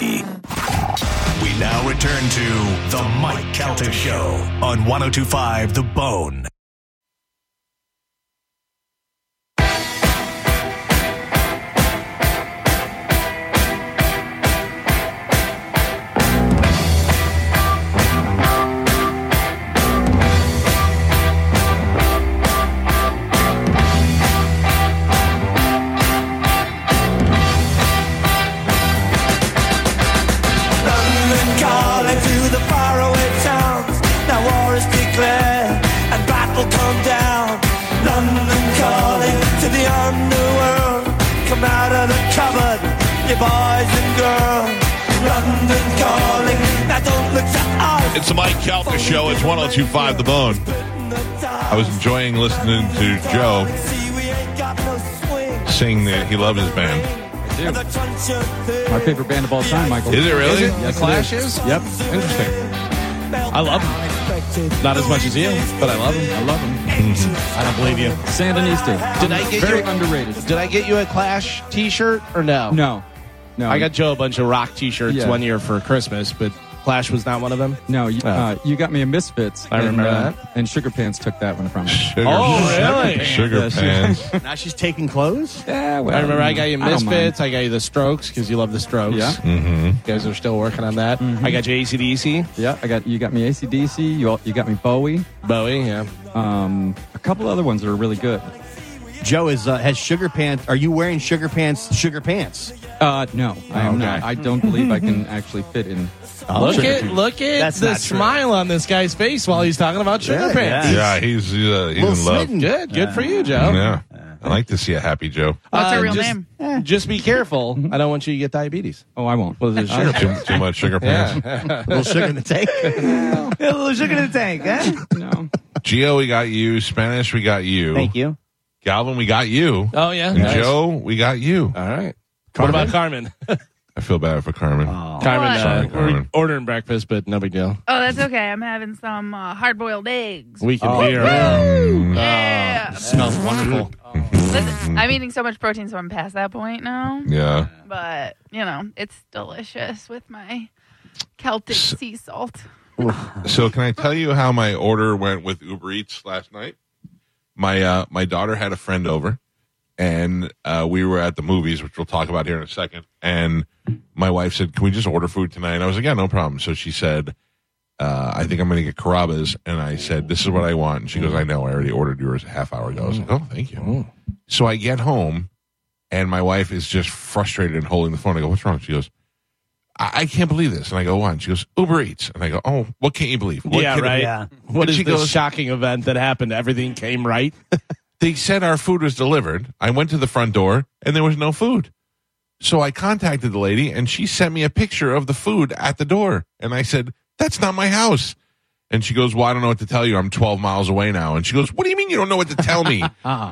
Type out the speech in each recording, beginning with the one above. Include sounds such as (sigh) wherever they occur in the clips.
We now return to the Mike Calter Show on 1025 The Bone. London calling to the faraway towns. Now war is declared and battle come down. London calling to the underworld. Come out of the cupboard, you boys and girls. London calling. Now don't look to us. It's the Mike Calter Show. It's 1025 The Bone. I was enjoying listening to Joe sing that he loved his band. do. My favorite band of all time, Michael. Is it really? Yes, the Clash is. Yep, interesting. I love him. Not as much as you, but I love him. I love him. (laughs) I don't believe you. Sandinista. Did I get Very you- underrated. Did I get you a Clash T-shirt or no? No, no. I got Joe a bunch of rock T-shirts Yeah. one year for Christmas, but Clash was not one of them. no. You, uh, you got me a Misfits. Oh. I remember and, uh, that. And Sugar Pants took that one from me. Sugar, Oh, really? Sugar Yes. pants. (laughs) now she's taking clothes. Yeah, well, I remember I got you don't mind. Misfits. I, got you the Strokes because you love the Strokes. Yeah. Mm-hmm. You guys are still working on that. I got you ACDC, Yeah, I got you. Got me ACDC. You all, you got me Bowie. Bowie. Yeah. Um, a couple other ones that are really good. Joe is uh, has sugar pants. Are you wearing sugar pants? Sugar pants. Oh, Uh, no, I am Okay. not. I don't believe I can actually fit in. look Sugar at Pants. look at That's the not true. smile on this guy's face while he's talking about Sugar Yeah, Pants. Yeah, he's, he's, uh, he's Little in love. smitten. Good, good for you, Joe. Yeah. I like to see a happy Joe. What's her real just, name? Just be careful. I don't want you to get diabetes. Oh, I won't. Well, there's Sugar Too, too much sugar pants. A little sugar in the tank. A little sugar in the tank, huh? no. Geo, we got you. Spanish, we got you. Thank you. Galvin, we got you. Oh yeah. and nice. Joe, we got you. All right. Carmen? What about Carmen? I feel bad for Carmen. Carmen, What? Sorry, uh, we're Carmen. ordering breakfast, but no big deal. Oh, that's okay. I'm having some uh, hard boiled eggs. We Oh, can be around. Mm, yeah. Smells wonderful. Listen, I'm eating so much protein, so I'm past that point now. yeah. But, you know, it's delicious with my Celtic sea salt. So can I tell you how my order went with Uber Eats last night? My uh, my daughter had a friend over, and uh, we were at the movies, which we'll talk about here in a second. And my wife said, "Can we just order food tonight?" And I was like, "Yeah, no problem." So she said, uh, "I think I'm going to get carabas," and I said, "This is what I want." And she goes, "I know. I already ordered yours a half hour ago." I was like, "Oh, thank you." So I get home, and my wife is just frustrated and holding the phone. I go, "What's wrong?" She goes. I I can't believe this. And I go, why? And she goes, Uber Eats. And I go, oh, what can't you believe? (laughs) What yeah, can- right. yeah. What And is she this goes- shocking event that happened? Everything came right. They said our food was delivered. I went to the front door and there was no food. So I contacted the lady and she sent me a picture of the food at the door. And I said, that's not my house. And she goes, well, I don't know what to tell you. I'm 12 miles away now. And she goes, what do you mean you don't know what to tell me?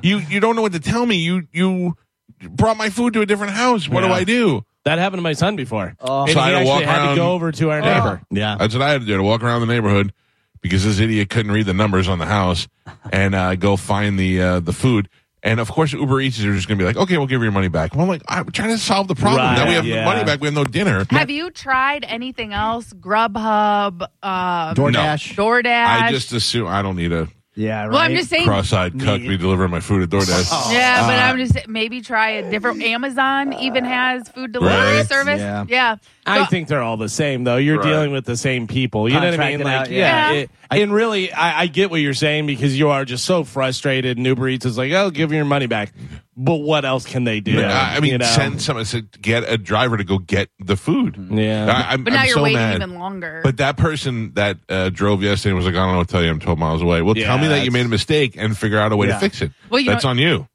you, you don't know what to tell me. You, you brought my food to a different house. What do Yeah. I do? That happened to my son before. Oh. And So I had he to actually walk had around- Oh. to go over to our neighbor. Yeah. (laughs) That's what I had to do to walk around the neighborhood because this idiot couldn't read the numbers on the house and uh, go find the uh, the food. And of course, Uber Eats are just going to be like, okay, we'll give you your money back. Well, I'm like, I'm trying to solve the problem. Right, now we have yeah. money back. We have no dinner. Have you tried anything else? Grubhub, um, DoorDash. DoorDash? I just assume I don't need a Yeah. Right. well, I'm just saying. cross-eyed cuck to be delivering my food at DoorDash. Yeah, Uh, but I'm just maybe try a different. Amazon even has food delivery Right? service. Yeah. yeah. I So- think they're all the same, though. You're Right. dealing with the same people. You know what I mean? Contracted Like, out, yeah. yeah. it- and really, I, I get what you're saying because you are just so frustrated. And Uber Eats is like, "Oh, give your money back." But what else can they do? I, I mean, You know? send someone said get a driver to go get the food. Yeah. I, am But now I'm you're so waiting mad. even longer. But that person that uh, drove yesterday was like, I don't know what to tell you. I'm 12 miles away. Well, Yeah, tell me that you that's- made a mistake and figure out a way to Yeah. fix it. Well, you That's know- on you.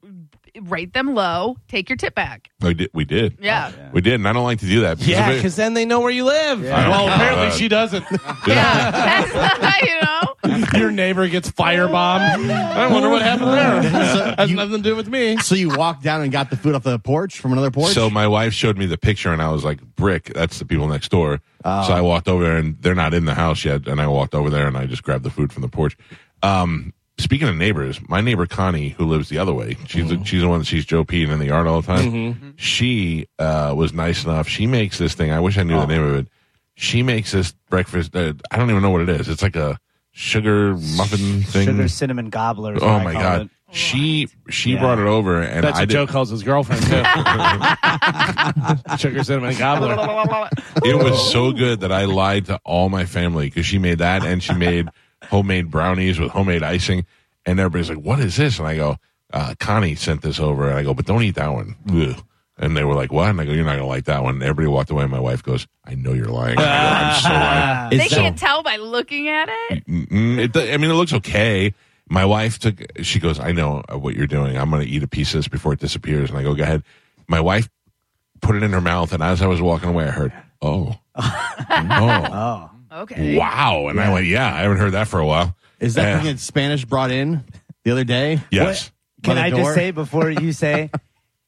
rate them low, take your tip back. We did. We did. Yeah. We did, and I don't like to do that. because Yeah, if it- because then they know where you live. I Well, don't- apparently uh, she doesn't. (laughs) Yeah. That's, you know? Your neighbor gets firebombed. I wonder what happened there. (laughs) Has nothing to do with me. So you walked down and got the food off the porch from another porch. So my wife showed me the picture, and I was like, "Brick, that's the people next door." So I walked over there, and they're not in the house yet. And I walked over there, and I just grabbed the food from the porch. Um, speaking of neighbors, my neighbor Connie, who lives the other way, she's Mm-hmm. the, she's the one that sees Joe P and in the yard all the time. She uh, was nice enough. She makes this thing. I wish I knew Oh. the name of it. She makes this breakfast. Uh, I don't even know what it is. It's like a sugar muffin thing. Sugar cinnamon gobblers. oh my god. She she Yeah. brought it over and That's I what did- Joe calls his girlfriend, too. Sugar cinnamon gobbler. (laughs) It was so good that I lied to all my family because she made that and she made homemade brownies with homemade icing. And everybody's like, what is this? And I go, uh, Connie sent this over. And I go, but don't eat that one. Ugh. And they were like, what? And I go, you're not going to like that one. And everybody walked away. And my wife goes, I know you're lying. I go, I'm so lying. They so- can't tell by looking at it. Mm, it, do- I mean, it looks okay. My wife took, she goes, I know what you're doing. I'm going to eat a piece of this before it disappears. And I go, go ahead. My wife put it in her mouth. And as I was walking away, I heard, oh, oh, Oh. Okay. wow. And I went, yeah, I haven't heard that for a while. is that Yeah. thing in Spanish brought in the other day? Yes. By Can the I door? just say (laughs) before you say,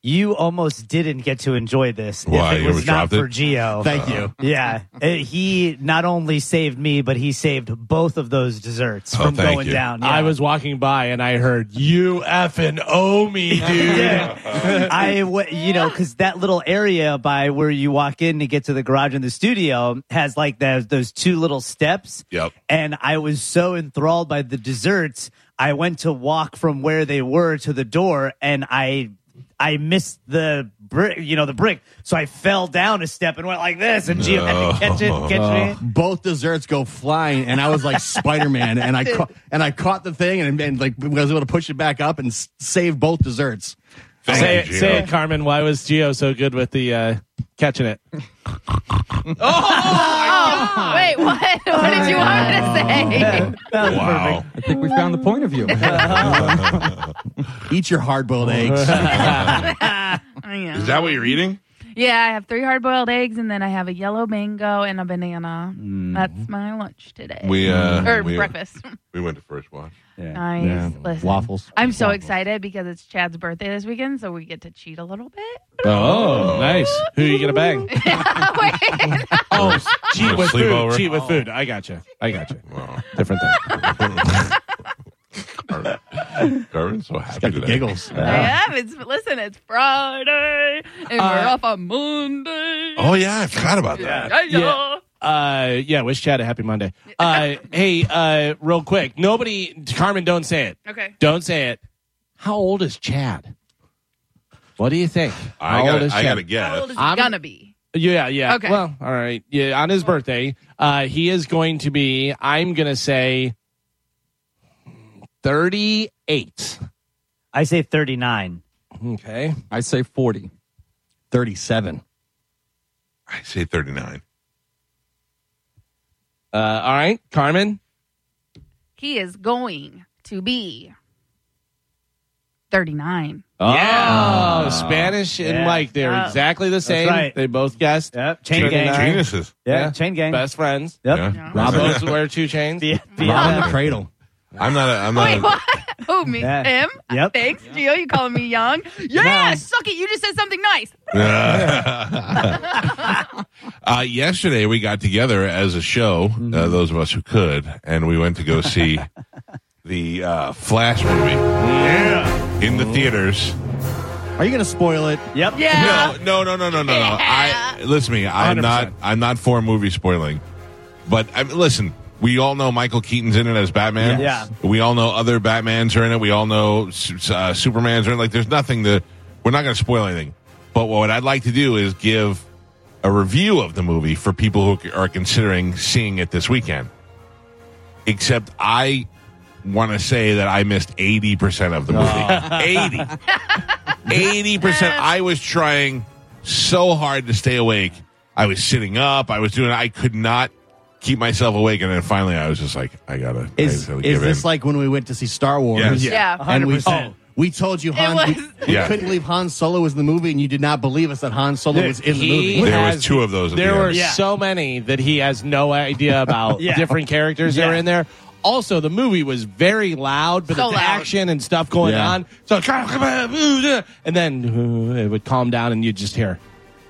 you almost didn't get to enjoy this Why, if you it was ever not dropped it? for Geo. Thank you. yeah, Uh, he not only saved me, but he saved both of those desserts Oh, from thank going you. down. I Yeah. was walking by and I heard, you effing owe (laughs) me, dude. Yeah. (laughs) I, wa- you know, because that little area by where you walk in to get to the garage and the studio has like those those two little steps. Yep. And I was so enthralled by the desserts, I went to walk from where they were to the door, and I. I missed the brick, you know, the brick. So I fell down a step and went like this, and Gio had to catch it, and catch me. (laughs) Both desserts go flying, and I was like Spider Man, and I (laughs) ca- and I caught the thing, and, and like I was able to push it back up and s- save both desserts. Thank say, you, it, Gio. say it, Carmen. Why was Geo so good with the uh, catching it? Oh, wait, what? (laughs) What did you want me to say? That was Wow. perfect. I think we found the point (laughs) of view. Eat your hard boiled eggs. Yeah. (laughs) Is that what you're eating? Yeah, I have three hard boiled eggs and then I have a yellow mango and a banana. That's my lunch today. We, uh, Mm. or we, breakfast. we went to first watch. nice. Listen, Waffles. I'm so excited because it's Chad's birthday this weekend, so we get to cheat a little bit. (laughs) Oh, nice. Who you going to bang? Wait. Oh, cheat with food. Sleepover. Cheat with food. I got you. I got you. Wow. Different (laughs) thing. Carmen- Carmen's so happy Got the today. giggles. I am. It's listen. It's Friday, and we're off on Monday. Oh, yeah. I forgot about that. yeah, yeah. Yeah. Uh, yeah. Wish Chad a happy Monday. Uh, hey, uh, real quick. Nobody, Carmen, don't say it. Okay. Don't say it. How old is Chad? What do you think? I How got old to is I Chad? gotta How old guess. is I'm- he gonna be? Yeah, yeah. Okay. Well, all right. Yeah, on his birthday, uh, he is going to be. I'm gonna say thirty-eight. I say 39. Okay. I say 40. 37. I say 39. Uh, all right, Carmen. He is going to be thirty-nine. Yeah. Oh, Spanish and Yeah. Mike, they're Oh. exactly the same. right. They both guessed. Yep. Chain Thirty nine. gang. Geniuses. Yeah, Yeah. Chain (laughs) gang. Best friends. Yep. Yeah. Yeah. Both Robin, wear two chains. (laughs) The- the- Robin the Cradle. I'm not. A, I'm not. Wait, a- what? Who me? Yeah. Him? Yep. Thanks, Gio. You calling me young? Yeah. No. Suck it. You just said something nice. (laughs) uh, yesterday we got together as a show, Mm-hmm. uh, those of us who could, and we went to go (laughs) see the uh, Flash movie. Yeah, in the theaters. Are you going to spoil it? Yep. Yeah. No, no, no, no, no, no. I listen to me. I'm 100%. not. I'm not for movie spoiling, but I mean, listen. We all know Michael Keaton's in it as Batman. Yes. We all know other Batmans are in it. We all know su- uh, Superman's are in it. Like, there's nothing to. We're not going to spoil anything. But what I'd like to do is give a review of the movie for people who are considering seeing it this weekend. Except I want to say that I missed 80% of the movie. (laughs) 80. 80%. I was trying so hard to stay awake. I was sitting up. I was doing, I could not keep myself awake. And then finally I was just like, I gotta, I Is, gotta is give this in. like when we went to see Star Wars? Yes. Yeah. Oh. And we, Oh. 100%. We told you Han. was- We, we Yeah. couldn't believe Han Solo was in the movie, and you did not believe us that Han Solo was in the He movie. There was has- two of those at There the were end. Yeah. so many that he has no idea (laughs) about Yeah. different characters that Yeah. are in there. Also, the movie was very loud, but So it's loud. action and stuff going Yeah. on. So, (laughs) and then uh, it would calm down, and you'd just hear.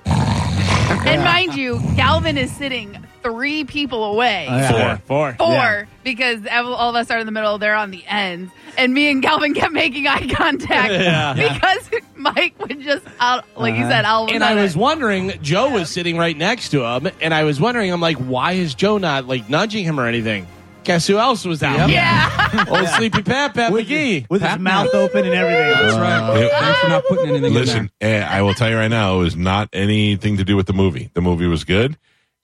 And mind you, Galvin is sitting three people away. Four. Four. Four, because ev- all of us are in the middle, they're on the ends. And me and Galvin kept making eye contact because (laughs) Mike would just, out, like you said, I'll And I was wondering, Joe was sitting right next to him, and I was wondering, I'm like, why is Joe not like nudging him or anything? Guess who else was out? Yeah. (laughs) Old Sleepy Pat Pat McGee. with his Pat- mouth open and everything. Uh, It- Thanks for not putting anything Listen, eh, I will tell you right now, it was not anything to do with the movie. The movie was good.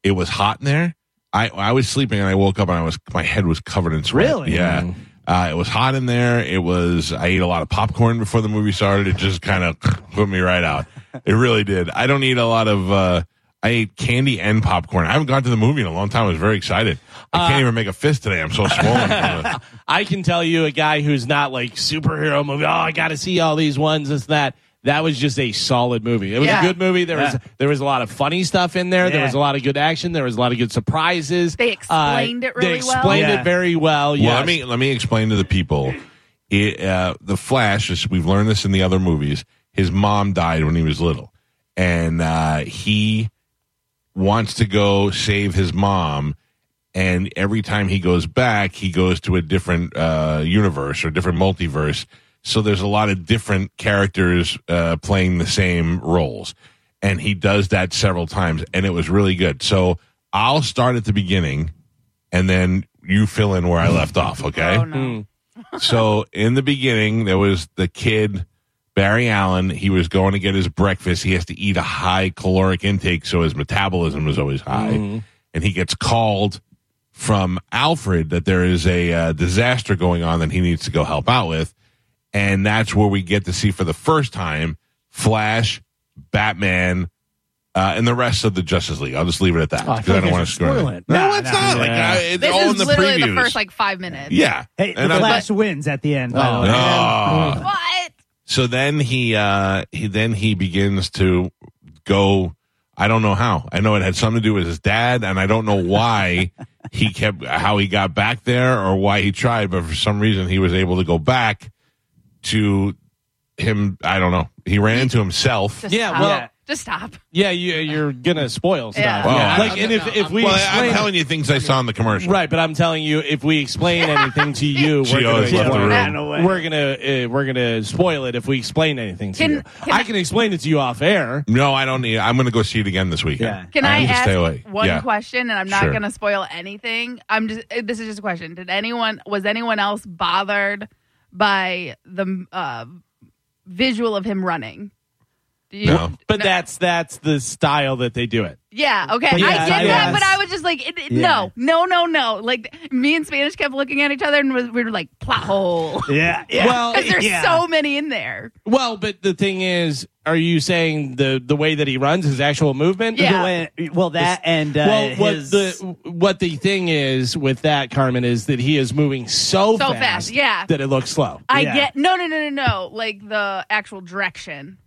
It was hot in there. I I was sleeping and I woke up and I was my head was covered in sweat. Really? Yeah. Uh, it was hot in there. It was. I ate a lot of popcorn before the movie started. It just kind of (laughs) put me right out. It really did. I don't eat a lot of. Uh, I ate candy and popcorn. I haven't gone to the movie in a long time. I was very excited. I can't even make a fist today. I'm so swollen. from the- I can tell you a guy who's not like superhero movie. Oh, I got to see all these ones. This that. That was just a solid movie. It was Yeah. a good movie. There was Yeah. there was a lot of funny stuff in there. There Yeah. was a lot of good action. There was a lot of good surprises. Uh, They explained it They really well. explained Yeah. it very well. Well, Yes. let me let me explain to the people. It, uh, the Flash, is, we've learned this in the other movies. His mom died when he was little, and uh, he wants to go save his mom. And every time he goes back, he goes to a different uh, universe or different multiverse. So there's a lot of different characters uh, playing the same roles, and he does that several times, and it was really good. So I'll start at the beginning, and then you fill in where I left off. Okay Oh, no. so in the beginning, there was the kid Barry Allen. He was going to get his breakfast. He has to eat a high caloric intake, so his metabolism is always high. And he gets called from Alfred that there is a uh, disaster going on that he needs to go help out with, and that's where we get to see for the first time Flash, Batman. Uh, and the rest of the Justice League. I'll just leave it at that because Oh, I, don't want to spoil it. No, Nah, it's nah. not. Like I, it's This all is in the literally previews. the first like five minutes. yeah, Hey, And the I'm- Flash wins at the end. by Oh. the way. Ah. What? (laughs) So then he uh he then he begins to go I don't know how. I know it had something to do with his dad and I don't know why he kept how he got back there or why he tried but for some reason he was able to go back to him I don't know. He ran into himself. Just Yeah, stop. well- just stop. yeah, you, you're gonna spoil stuff. Yeah. Well, I- Like, and if, if we Well, explain, I'm telling you things I saw in the commercial. right, but I'm telling you, if we explain anything to you, She we're gonna always left the explain- room. Yeah, no way. we're gonna uh, we're gonna spoil it if we explain anything to Can- you. can I I- can explain it to you off air. No, I don't need I'm going to go see it again this weekend. Yeah. Can I I, need to ask stay away. one Yeah. question? And I'm not Sure. going to spoil anything. I'm just. uh, This is just a question. Did anyone? Was anyone else bothered by the uh, visual of him running? Do you, No. But No. that's that's the style that they do it. Yeah. Okay. But I yeah, get I that, but guess. I was just like, it, it- Yeah. no, no, no, no. Like me and Spanish kept looking at each other, and was, we were like, plot hole. Yeah. yeah. Well, (laughs) 'Cause there's Yeah. so many in there. Well, but the thing is, are you saying the the way that he runs his actual movement? Yeah. The way- well, that and uh, Well, what his- the what the thing is with that Carmen is that he is moving so, So fast, yeah. that it looks slow. I Yeah. get no, no, no, no, no. Like the actual direction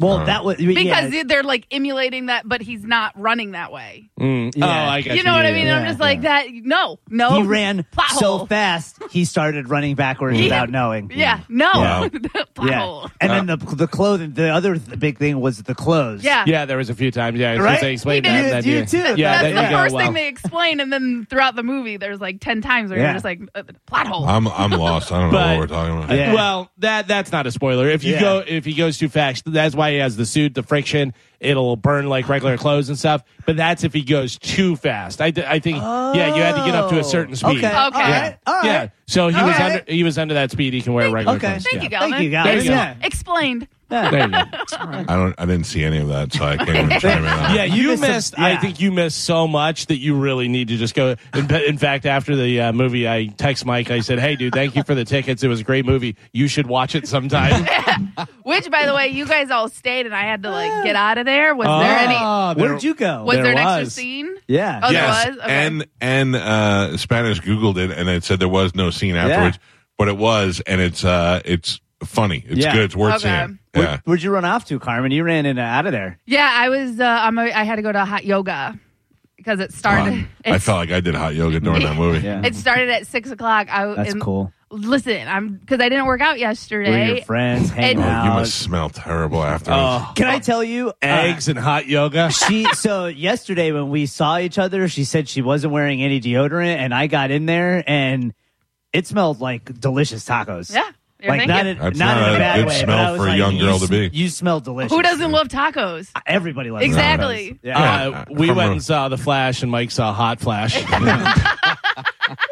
well, that was yeah. because they're like emulating that, but he's not running that way. Oh, Yeah. I got You know what I mean? yeah, I'm just like that. No, no. he ran (laughs) plot so hole. fast he started running backwards Yeah. without knowing. Yeah, no. Wow. (laughs) plot hole. And then Uh, the the clothing. The other th- big thing was the clothes. Yeah. Yeah, there was a few times. Yeah, Right? right? they explained He that. did. that You too. Yeah, That's there the you go. uh, first Wow. thing they explain, and then throughout the movie, there's like ten times where Yeah. you're just like uh, plot hole. I'm I'm lost. I don't know But- what we're talking about. Yeah. Well, that that's not a spoiler. If you Yeah. go if he goes too fast, that's why he has the suit, the friction. It'll burn like regular clothes and stuff. But that's if he goes too fast. I, d- I think yeah, you had to get up to a certain speed. Oh. Okay. Oh. Okay. All right. All right. Yeah. So he All was right. under he was under that speed. He can wear regular Okay. clothes. Thank yeah. you, Galvin. Thank you, Galvin. There you go. Yeah. Explained. There you go. I don't I didn't see any of that, so I can't even chime in on it. Yeah, you missed missed. a- I yeah. think you missed so much that you really need to just go. In, fa- in fact, after the uh, movie, I text Mike. I said, "Hey, dude, thank you for the tickets. It was a great movie. You should watch it (laughs) sometime." Which, by the way, you guys all stayed, and I had to like (gasps) get out of there. Was Oh, there any? Ah, there- Where'd you go? Was there, an extra was. scene? yeah. Oh, there yes, was? Okay. and and uh, Spanish Googled it, and it said there was no scene afterwards. but it was, and it's uh, it's funny. It's Yeah. good. It's worth Okay. seeing. Where'd, Yeah. where'd you run off to, Carmen? You ran in and out of there. Yeah, I was. Uh, I'm a, I had to go to hot yoga because it started. Wow. I (laughs) it's- felt like I did hot yoga during that movie. Yeah. It started at six o'clock. I That's and- cool. Listen, I'm because I didn't work out Were your yesterday. friends hanging Oh, you Oh, out? you must smell terrible afterwards. Can I tell you? uh, Eggs and hot yoga. she so yesterday when we saw each other, she said she wasn't wearing any deodorant, and I got in there and it smelled like delicious tacos. Yeah, you're like not thinking. in, That's not, in not a a bad good way. smell but I was for a like, young you girl to s- be. You smell delicious. Uh, Who doesn't love tacos? Everybody loves Exactly. tacos. Yeah. Yeah. Uh, Uh, we come went on. and saw The Flash, and Mike saw Hot Flash. (laughs) Uh, Oh.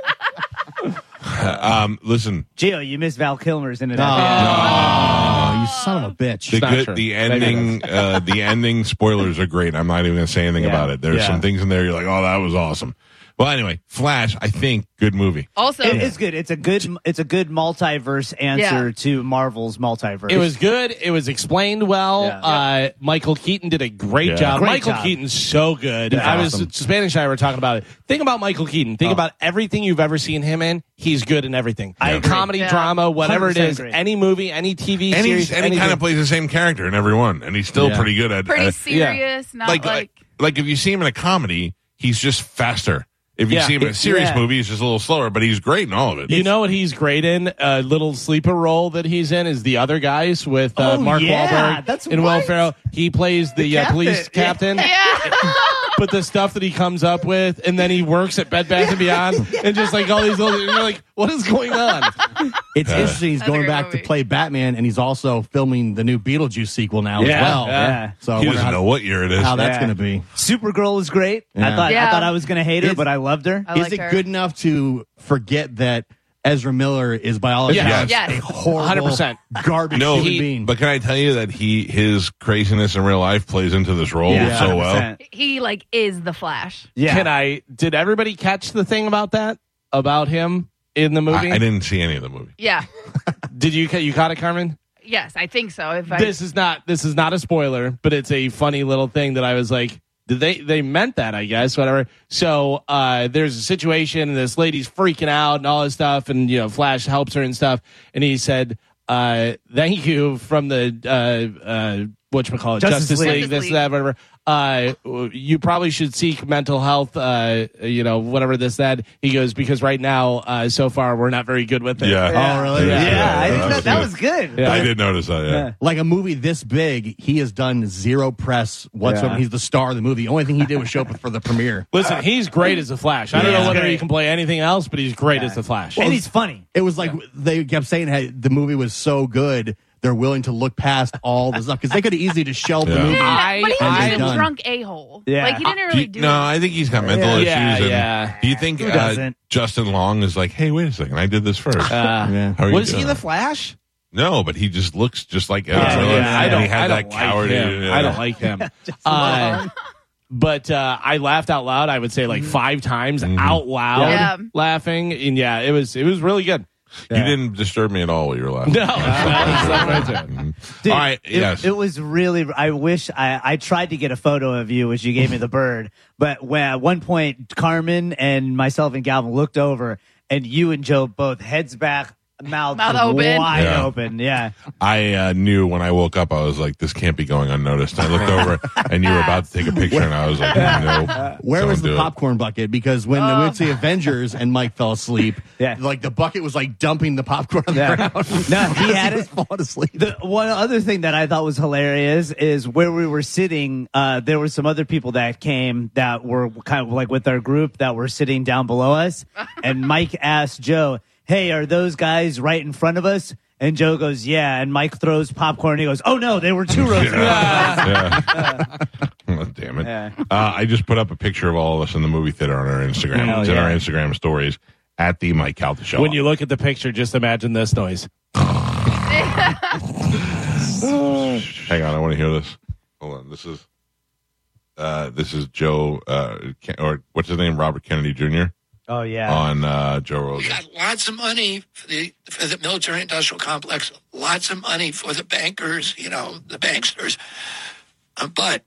(laughs) Um, listen, Gio, you missed Val Kilmer's in it. you son of a bitch. the not good, true. the Maybe ending, (laughs) uh, the ending spoilers are great. I'm not even going to say anything Yeah. about it. There's Yeah. some things in there you're like, oh, that was awesome. Well, anyway, Flash, I think good movie. Also, It is good. It's a good. It's a good multiverse answer Yeah. to Marvel's multiverse. It was good. It was explained well. Yeah. Uh, Michael Keaton did a great Yeah. job. Great Michael job. Keaton's so good. I was awesome. Spanish and I were talking about it. Think about Michael Keaton. Think about everything you've ever seen him in. He's good in everything. I agree. Comedy, Yeah. drama, whatever it 100% is, agree. any movie, any TV And series, he's, and he kind of plays the same character in every one, and he's still Yeah. pretty good at pretty at- serious. Not like, like, like like if you see him in a comedy, he's just faster. If you Yeah. see him in a serious Yeah. movie, he's just a little slower, but he's great in all of it. You know what he's great in? A little sleeper role that he's in is the other guys with uh, Oh, Mark yeah, Wahlberg that's and Will right. Ferrell. He plays the, uh, police captain. (laughs) yeah. but the stuff that he comes up with, and then he works at Bed Bath and Beyond, and just like all these little, and you're like, what is going on? It's interesting. He's That's a going great back movie. to play Batman, and he's also filming the new Beetlejuice sequel now Yeah, as well. yeah. So I he wonder doesn't how, know what year it is. how that's Yeah. going to be. Supergirl was great. I Yeah. thought I Yeah. thought I was gonna hate her, It's- but I loved her. I is liked it her. good enough to forget that Ezra Miller is by all accounts Yes. Yes. a horrible, 100%. garbage no, human he- being? but can I tell you that he his craziness in real life plays into this role Yeah, so well? 100%. he like is the Flash. Yeah. Can I? Did everybody catch the thing about that about him in the movie? I, I didn't see any of the movie. Yeah. Did you? ca- You caught it, Carmen? Yes, I think so. If I, This is not. This is not a spoiler, but it's a funny little thing that I was like. Did they they meant that I guess whatever. So uh, there's a situation and this lady's freaking out and all this stuff and you know Flash helps her and stuff and he said uh, thank you from the uh, uh, what you call it Justice Justice League. League this Justice that whatever. Uh, you probably should seek mental health. Uh, you know whatever this that he goes because right now uh, so far we're not very good with it. Yeah. oh, really? yeah, Yeah, I that was think that, that good. was good. Yeah. I did notice that. Yeah. Yeah. Like a movie this big, he has done zero press whatsoever. Yeah. He's the star of the movie. The only thing he did was show up for the premiere. Listen, he's great as the Flash. I don't Yeah. know whether he Great. can play anything else, but he's great as the Flash. and he's funny. It was like they kept saying hey, the movie was so good, they're willing to look past all the stuff because they could have easily just shelved Yeah. the movie. but he was I- just a done. drunk a hole. Yeah. Like he didn't Do really you- do. no, I think he's got mental issues. Yeah, and yeah. Do you think Who uh, doesn't? Justin Long is like, hey, wait a second, I did this first? Yeah. How are you was he doing? the Flash? No, but he just looks just like Ezra. yeah, Miller, yeah, I and don't- he had that coward. him. I don't like (laughs) him. Uh, but uh, I laughed out loud. I would say like five times Mm-hmm. out loud, Mm-hmm. Yeah. laughing. And yeah, it was it was really good. You didn't disturb me at all while you were laughing. No, that was- that was right Mhm. Dude, all right. it, yes. it was really. I wish I, I tried to get a photo of you as you gave me the bird, but when, at one point Carmen and myself and Galvin looked over, and you and Joe both heads back, mouths Mouth open. wide Yeah. open. Yeah, I uh, knew when I woke up, I was like, this can't be going unnoticed. And I looked over and you were about to take a picture, and I was like, no. Where don't was do the it. (laughs) popcorn bucket? Because when we went to the Avengers and Mike fell asleep, Ah. (laughs) Yeah. like the bucket was like dumping the popcorn on the (laughs) Yeah. ground. No, he had was it. falling asleep. The one other thing that I thought was hilarious is where we were sitting. Uh, there were some other people that came that were kind of like with our group that were sitting down (laughs) below us, and Mike asked Joe, "Hey, are those guys right in front of us?" And Joe goes, "Yeah." And Mike throws popcorn. He goes, "Oh no, they were two rows." in front of us." Yeah. (laughs) Oh, damn it. Yeah. Uh, I just put up a picture of all of us in the movie theater on our Instagram. Hell it's in yeah. our Instagram stories at the Mike Calta Show. When you look at the picture, just imagine this noise. Hang on, I want to hear this. Hold on. This is uh, this is Joe uh, Ken- or what's his name, Robert Kennedy Jr. Oh yeah. on uh, Joe We Rogan. got lots of money for the for the military industrial complex, lots of money for the bankers, you know, the banksters. Uh, but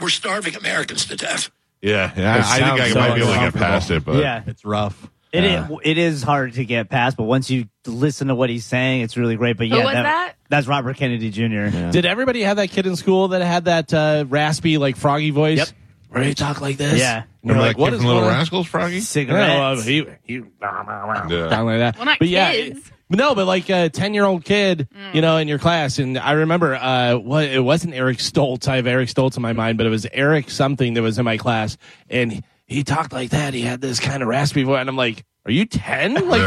we're starving Americans to death. Yeah, yeah I, I think I sounds so might be able to get uncomfortable. past it, but yeah. It's rough. It is. Uh, it is hard to get past, but once you listen to what he's saying, it's really great. But Who yeah, was that? that's Robert Kennedy Jr. Did everybody have that kid in school that had that uh, raspy, like froggy voice? Yep. Where he talk like this? Yeah. And you're Remember like, that what kid is from Little going on? Rascals, Froggy? No, uh, cigarettes? he, he, Yeah. something like that. Well, not but yeah, kids. it- no, but like a ten-year-old kid, you know, in your class, and I remember uh, what it wasn't Eric Stoltz. I have Eric Stoltz in my mind, but it was Eric something that was in my class, and he, he talked like that. He had this kind of raspy voice, and I'm like, "Are you ten? Like,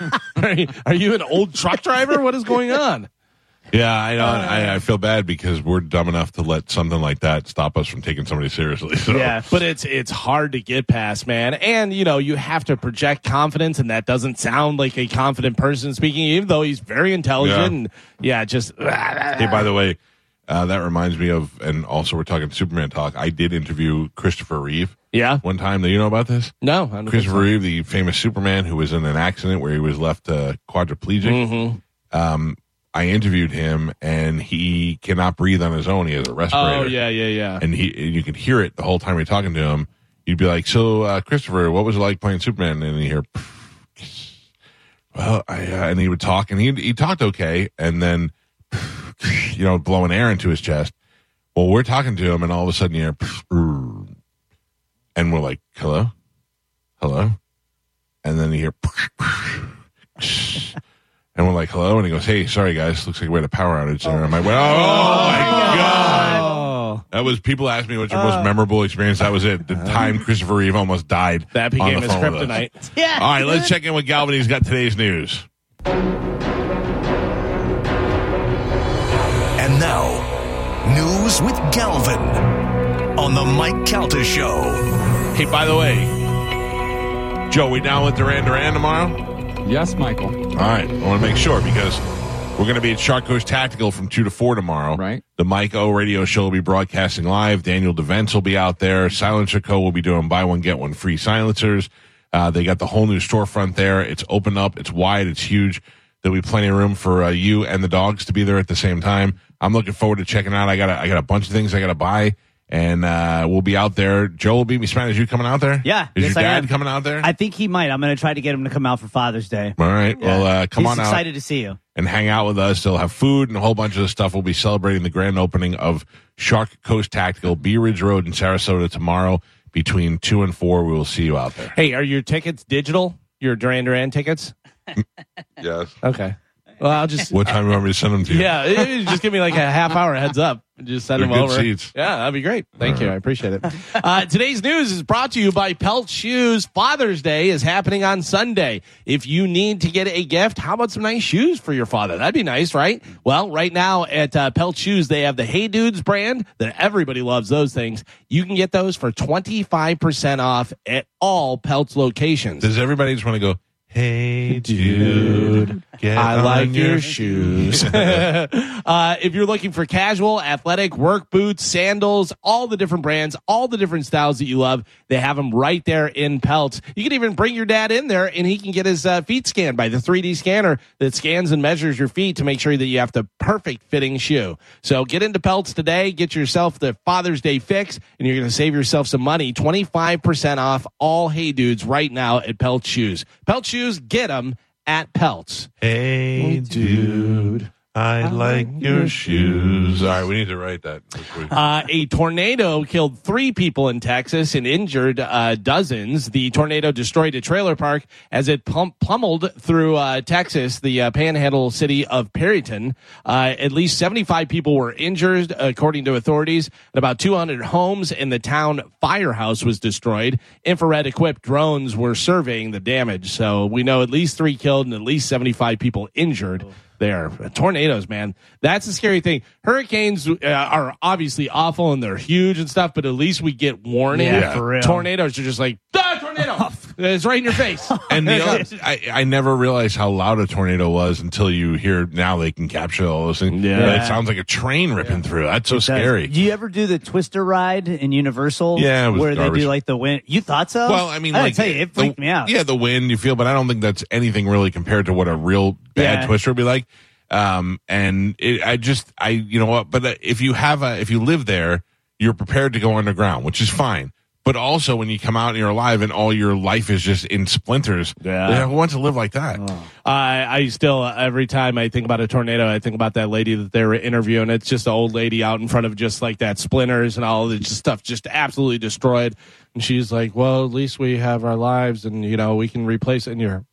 (laughs) Yeah. are, you, are you an old truck driver? What is going on?" Yeah, I know. Uh, I, I feel bad because we're dumb enough to let something like that stop us from taking somebody seriously. (laughs) So. Yeah. But it's it's hard to get past, man. And you know, you have to project confidence, and that doesn't sound like a confident person speaking, even though he's very intelligent. Yeah. And yeah, just ah, Hey, by the way, uh, that reminds me of, and also we're talking Superman talk. I did interview Christopher Reeve yeah. one time. Do you know about this? No, I don't Christopher Reeve, the famous Superman who was in an accident where he was left uh, quadriplegic. hmm Um, I interviewed him, and he cannot breathe on his own. He has a respirator. Oh yeah, yeah, yeah. and he and you could hear it the whole time you're talking to him. You'd be like, "So, uh, Christopher, what was it like playing Superman?" And you hear, "Well, I," uh, and he would talk, and he he talked okay, and then you know, blowing air into his chest. Well, we're talking to him, and all of a sudden you hear, and we're like, "Hello, hello," and then you hear, and we're like, "Hello," and he goes, "Hey, sorry guys, looks like we had a power outage there." I'm like, "Well, oh my god!" Oh, That was people asked me what's your most memorable experience. That was it. The time Christopher Reeve almost died. that on became the his phone with us. kryptonite. Yeah. All right, let's check in with Galvin. He's got today's news. And now, news with Galvin on the Mike Calta Show. Hey, by the way, Joe, we down with Duran Duran tomorrow? Yes, Michael. All right, I want to make sure because we're going to be at Shark Coast Tactical from 2 to 4 tomorrow. Right. The Mike O radio show will be broadcasting live. Daniel DeVents will be out there. Silencer Co. will be doing buy one, get one free silencers. Uh, they got the whole new storefront there. It's open up, it's wide, it's huge. There'll be plenty of room for uh, you and the dogs to be there at the same time. I'm looking forward to checking out. I got a, I got a bunch of things I got to buy, and uh, we'll be out there. Joe will be. Spanish, is you coming out there? Yeah, Is yes, your I dad am. coming out there? I think he might. I'm going to try to get him to come out for Father's Day. All right. Well, uh, come He's on out. excited to see you. and hang out with us. They'll have food and a whole bunch of stuff. We'll be celebrating the grand opening of Shark Coast Tactical, Bee Ridge Road in Sarasota tomorrow between 2 and 4. We will see you out there. Hey, are your tickets digital? Your Duran Duran tickets? Yes. Okay. Well, I'll just What time do you want me to send them to you? yeah, it- it- just give me like a half hour heads up. and Just send They're them good over. seats. Yeah, that'd be great. Thank you. I appreciate it. Uh, today's news is brought to you by Pelt Shoes. Father's Day is happening on Sunday. If you need to get a gift, how about some nice shoes for your father? That'd be nice, right? Well, right now at uh, Pelt Shoes, they have the Hey Dudes brand that everybody loves those things. You can get those for 25% off at all Pelt's locations. Does everybody just want to go, hey, dude, get I on like your shoes. (laughs) uh, if you're looking for casual, athletic, work boots, sandals, all the different brands, all the different styles that you love, they have them right there in pelts. You can even bring your dad in there and he can get his uh, feet scanned by the 3D scanner that scans and measures your feet to make sure that you have the perfect fitting shoe. So get into pelts today, get yourself the Father's Day fix, and you're going to save yourself some money 25% off all Hey Dudes right now at Pelt Shoes. Pelt Shoes, get them at Pelts. Hey, dude, I like your shoes. All right, we need to write that. this (laughs) week. (laughs) Uh, a tornado killed three people in Texas and injured uh, dozens. The tornado destroyed a trailer park as it plum- plummeled through uh, Texas, the uh, panhandle city of Perryton. Uh, at least 75 people were injured, according to authorities. And about 200 homes in the town firehouse was destroyed. Infrared equipped drones were surveying the damage. So we know at least three killed and at least 75 people injured there. Tornadoes, man. That's the scary thing. Hurricanes uh, are obviously awful and they're huge and stuff, but at least we get warning. Yeah, Yeah. for real. Tornadoes are just like, ah, (laughs) tornado. it's right in your face. And the other, I, I never realized how loud a tornado was until you hear now they can capture all those things. Yeah. But it sounds like a train ripping through. That's so scary. Do you ever do the Twister ride in Universal? Yeah, it was where they garbage. do like the wind. You thought so? Well, I mean, I like, tell you, it freaked the, me out. Yeah, the wind you feel, but I don't think that's anything really compared to what a real bad Yeah. twister would be like. Um, and it, I just, I, you know what? But uh, if you have a, if you live there, you're prepared to go underground, which is fine. But also, when you come out and you're alive, and all your life is just in splinters. Yeah. Oh. who wants to live like that? I I still every time I think about a tornado, I think about that lady that they were interviewing. It's just an old lady out in front of just like that splinters and all this stuff just absolutely destroyed. And she's like, "Well, at least we have our lives, and you know we can replace it." And you're,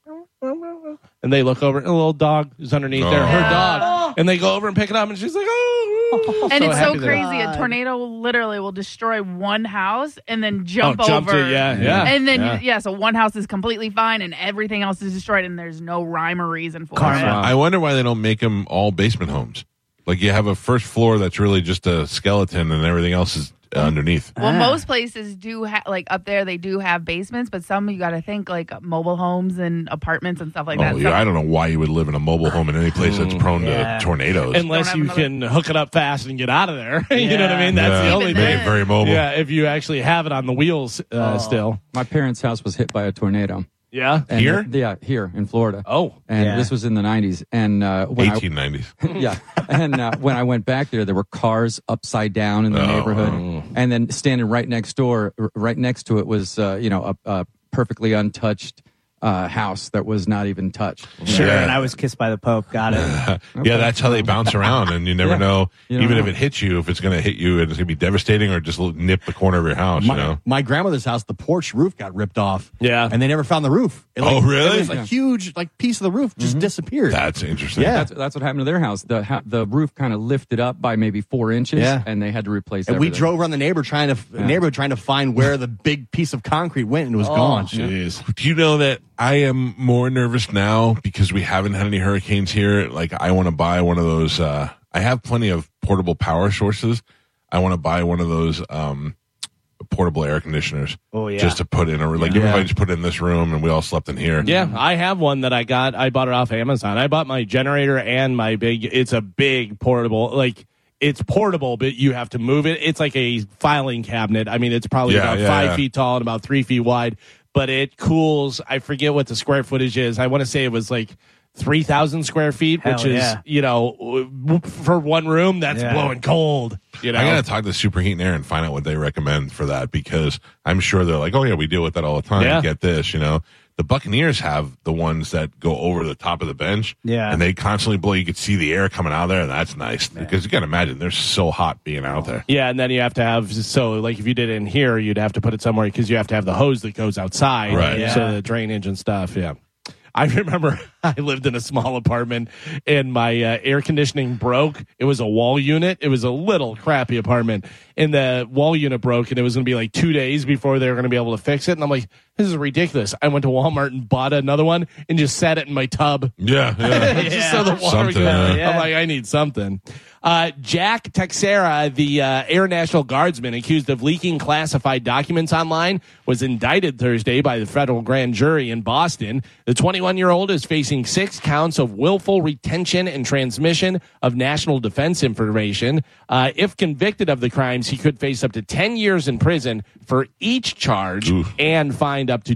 and they look over, and a little dog is underneath there, her Oh. dog, and they go over and pick it up, and she's like, "Oh!" and it's so happy that- crazy. A tornado literally will destroy one house and then jump Oh, jump to- over. yeah, yeah, And then yeah. yeah. so one house is completely fine and everything else is destroyed and there's no rhyme or reason for it. I wonder why they don't make them all basement homes. Like you have a first floor that's really just a skeleton, and everything else is underneath. Well, most places do have like up there they do have basements, but some you got to think like mobile homes and apartments and stuff like that. oh, So- yeah, I don't know why you would live in a mobile home in any place that's prone Yeah. to tornadoes. Unless you can hook it up fast and get out of there, (laughs) you know what I mean. That's Yeah. the only Even thing. Ain't very mobile. Yeah, if you actually have it on the wheels Oh. uh, still. My parents' house was hit by a tornado. Yeah. And Here? it- yeah, here in Florida. Oh. And Yeah. this was in the 90s. And uh, when I, 1890s. (laughs) yeah. And uh, when I went back there, there were cars upside down in the Oh, neighborhood, wow. and then standing right next door, r- right next to it was uh, you know a, a perfectly untouched uh, house that was not even touched. Sure, Yeah. and I was kissed by the Pope. Got (sighs) it. (laughs) Yeah, that's how they bounce around, and you never Yeah. know. You don't even know. if it hits you, if it's going to hit you, and it's going to be devastating, or just nip the corner of your house. My, you know, my grandmother's house, the porch roof got ripped off. Yeah. And they never found the roof. It, Oh, really? It was a huge like piece of the roof just disappeared. that's interesting. Yeah. That's, that's what happened to their house. The ha- the roof kind of lifted up by maybe four inches, Yeah. and they had to replace. and we everything. drove around the neighbor trying to neighborhood trying to find where the big piece of concrete went and it was gone. Do you know that I am more nervous now because we haven't had any hurricanes here? Like, I want to buy one of those. Uh, I have plenty of portable power sources. I want to buy one of those um, portable air conditioners. Oh, yeah. Just to put in, or like everybody just put it in this room, and we all slept in here. Yeah, I have one that I got. I bought it off Amazon. I bought my generator and my big. It's a big portable. Like it's portable, but you have to move it. It's like a filing cabinet. I mean, it's probably Yeah, about yeah, five yeah. feet tall and about three feet wide. But it cools. I forget what the square footage is. I want to say it was like. 3,000 square feet, Hell which is, yeah. you know, w- w- for one room, that's Yeah. blowing cold. You know, I gotta talk to Superheat and Air and find out what they recommend for that because I'm sure they're like, oh yeah, we deal with that all the time. Yeah. Get this, you know. The Buccaneers have the ones that go over the top of the bench, Yeah. and they constantly blow. You could see the air coming out of there, and that's nice because you gotta imagine they're so hot being out there. Yeah, and then you have to have so like if you did it in here, you'd have to put it somewhere because you have to have the hose that goes outside, Right. So the drainage and stuff. Yeah, I remember (laughs) I lived in a small apartment and my uh, air conditioning broke. It was a wall unit. It was a little crappy apartment, and the wall unit broke, and it was going to be like two days before they were going to be able to fix it. And I'm like, this is ridiculous. I went to Walmart and bought another one and just sat it in my tub Yeah, yeah. (laughs) just so the water Something, goes- uh, Yeah. I'm like, I need something. Uh, Jack Texera, the uh, Air National Guardsman accused of leaking classified documents online, was indicted Thursday by the federal grand jury in Boston. The 21 year old is facing six counts of willful retention and transmission of national defense information. Uh, if convicted of the crimes, he could face up to 10 years in prison for each charge Oof. and fined up to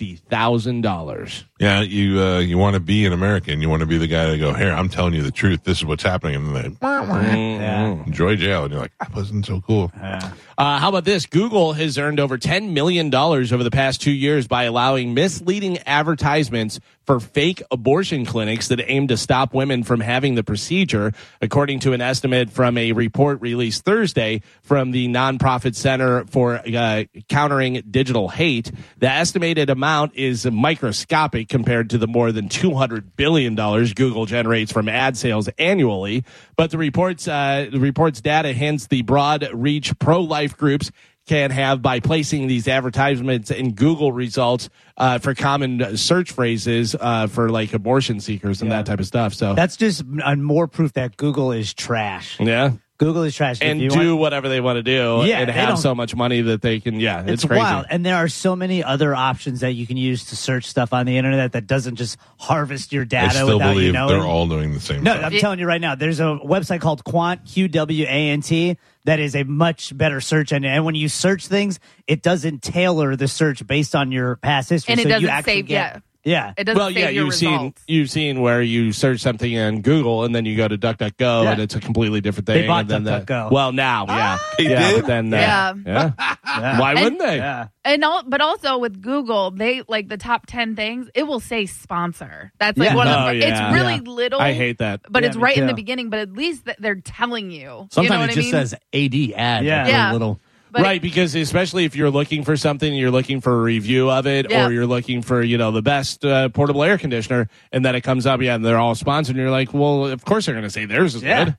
$250,000. (laughs) yeah. You uh, you want to be an American? You want to be the guy to go here? I'm telling you the truth. This is what's happening, and then they Mm-hmm. Yeah. enjoy jail, and you're like, that wasn't so cool. Uh, how about this? Google has earned over $10 million over the past two years by allowing misleading advertisements for fake abortion clinics that aim to stop women from having the procedure, according to an estimate from a report released Thursday from the nonprofit Center for uh, Countering Digital Hate. The estimated amount is microscopic compared to the more than $200 billion Google generates from ad sales annually. But the reports, uh, the reports data hints the broad reach pro life groups can have by placing these advertisements in Google results uh, for common search phrases uh, for like abortion seekers and that type of stuff. So, That's just uh, more proof that Google is trash. yeah. Google is trash. If And you do want- whatever they want to do Yeah, and they have don't- so much money that they can, yeah, it's, it's crazy. wild, and there are so many other options that you can use to search stuff on the internet that doesn't just harvest your I data still without believe you knowing. they're all doing the same. No, stuff. I'm telling you right now, there's a website called Quant Q W A N T that is a much better search engine. And when you search things, it doesn't tailor the search based on your past history. And it so you doesn't actually save get yet. Yeah. It doesn't well, save yeah, your you've seen results. you've seen where you search something in Google and then you go to DuckDuckGo Yeah. and it's a completely different thing. They and bought then the- DuckDuckGo. Well, now, yeah, They yeah, did? But then, uh, Ah, Yeah. yeah. Why And- wouldn't they? Yeah. And all, but also with Google, they like the top ten things. It will say sponsor. That's like Yeah. one Oh, of the. yeah. It's really Yeah. little. I hate that. But Yeah, it's me right in the too. beginning. But at least that they're telling you. Sometimes you know what it just I mean? says ad ad. Yeah. like A Yeah. little. But- right, because especially if you're looking for something, you're looking for a review of it, Yeah. or you're looking for you know the best uh, portable air conditioner, and then it comes up, yeah, and they're all sponsored, and you're like, well, of course they're going to say theirs is Yeah. good.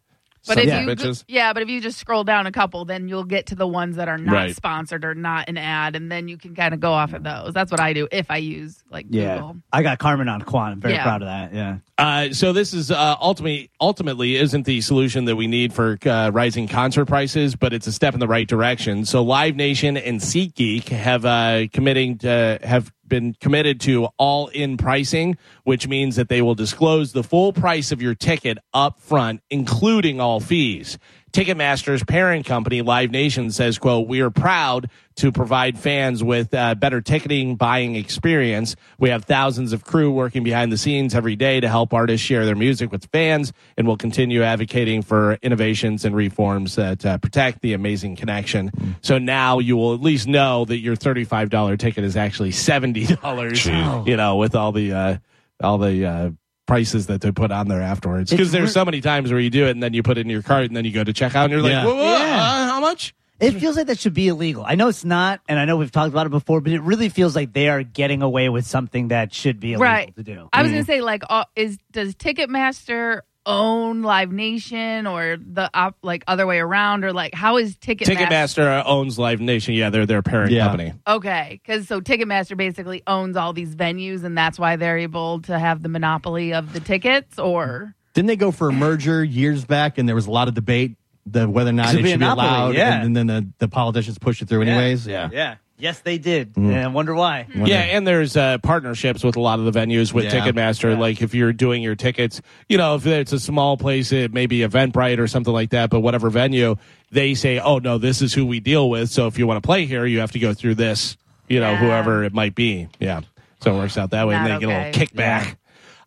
But Sons if of you go- bitches. yeah, but if you just scroll down a couple, then you'll get to the ones that are not Right. sponsored or not an ad, and then you can kind of go off of those. That's what I do if I use like Yeah. Google. I got Carmen on Quan. I'm very Yeah. proud of that. Yeah. Uh, so this is uh, ultimately ultimately isn't the solution that we need for uh, rising concert prices, but it's a step in the right direction. So Live Nation and SeatGeek have uh, committing to, have been committed to all in pricing, which means that they will disclose the full price of your ticket up front, including all fees. Ticketmaster's parent company, Live Nation, says, "quote We are proud to provide fans with uh, better ticketing buying experience. We have thousands of crew working behind the scenes every day to help artists share their music with fans, and will continue advocating for innovations and reforms that uh, protect the amazing connection." So now you will at least know that your thirty-five dollar ticket is actually seventy dollars. You know, with all the uh, all the uh, prices that they put on there afterwards. Because It's there's re- so many times where you do it and then you put it in your cart and then you go to checkout and you're like, Yeah. whoa, whoa, Yeah. uh, how much? It feels like that should be illegal. I know it's not, and I know we've talked about it before, but it really feels like they are getting away with something that should be illegal Right. to do. Mm-hmm. I was gonna say like, uh, is does Ticketmaster own Live Nation or the op, like other way around or like how is Ticketmaster? Ticketmaster uh, owns Live Nation. Yeah, they're their parent Yeah. company. Okay, because so Ticketmaster basically owns all these venues, and that's why they're able to have the monopoly of the tickets. Or Didn't they go for a merger years back, and there was a lot of debate the whether or not Should it be should be monopoly, allowed, yeah. and, and then the, the politicians pushed it through anyways. Yeah. Mm. Yeah. Yes, they did. And I wonder why. Yeah, and there's uh, partnerships with a lot of the venues with Yeah. Ticketmaster. Like if you're doing your tickets, you know, if it's a small place, it may be Eventbrite or something like that, but whatever venue, they say, oh, no, this is who we deal with. So if you want to play here, you have to go through this, you know, Yeah. whoever it might be. Yeah. So it works out that way. and Not they okay. get a little kickback.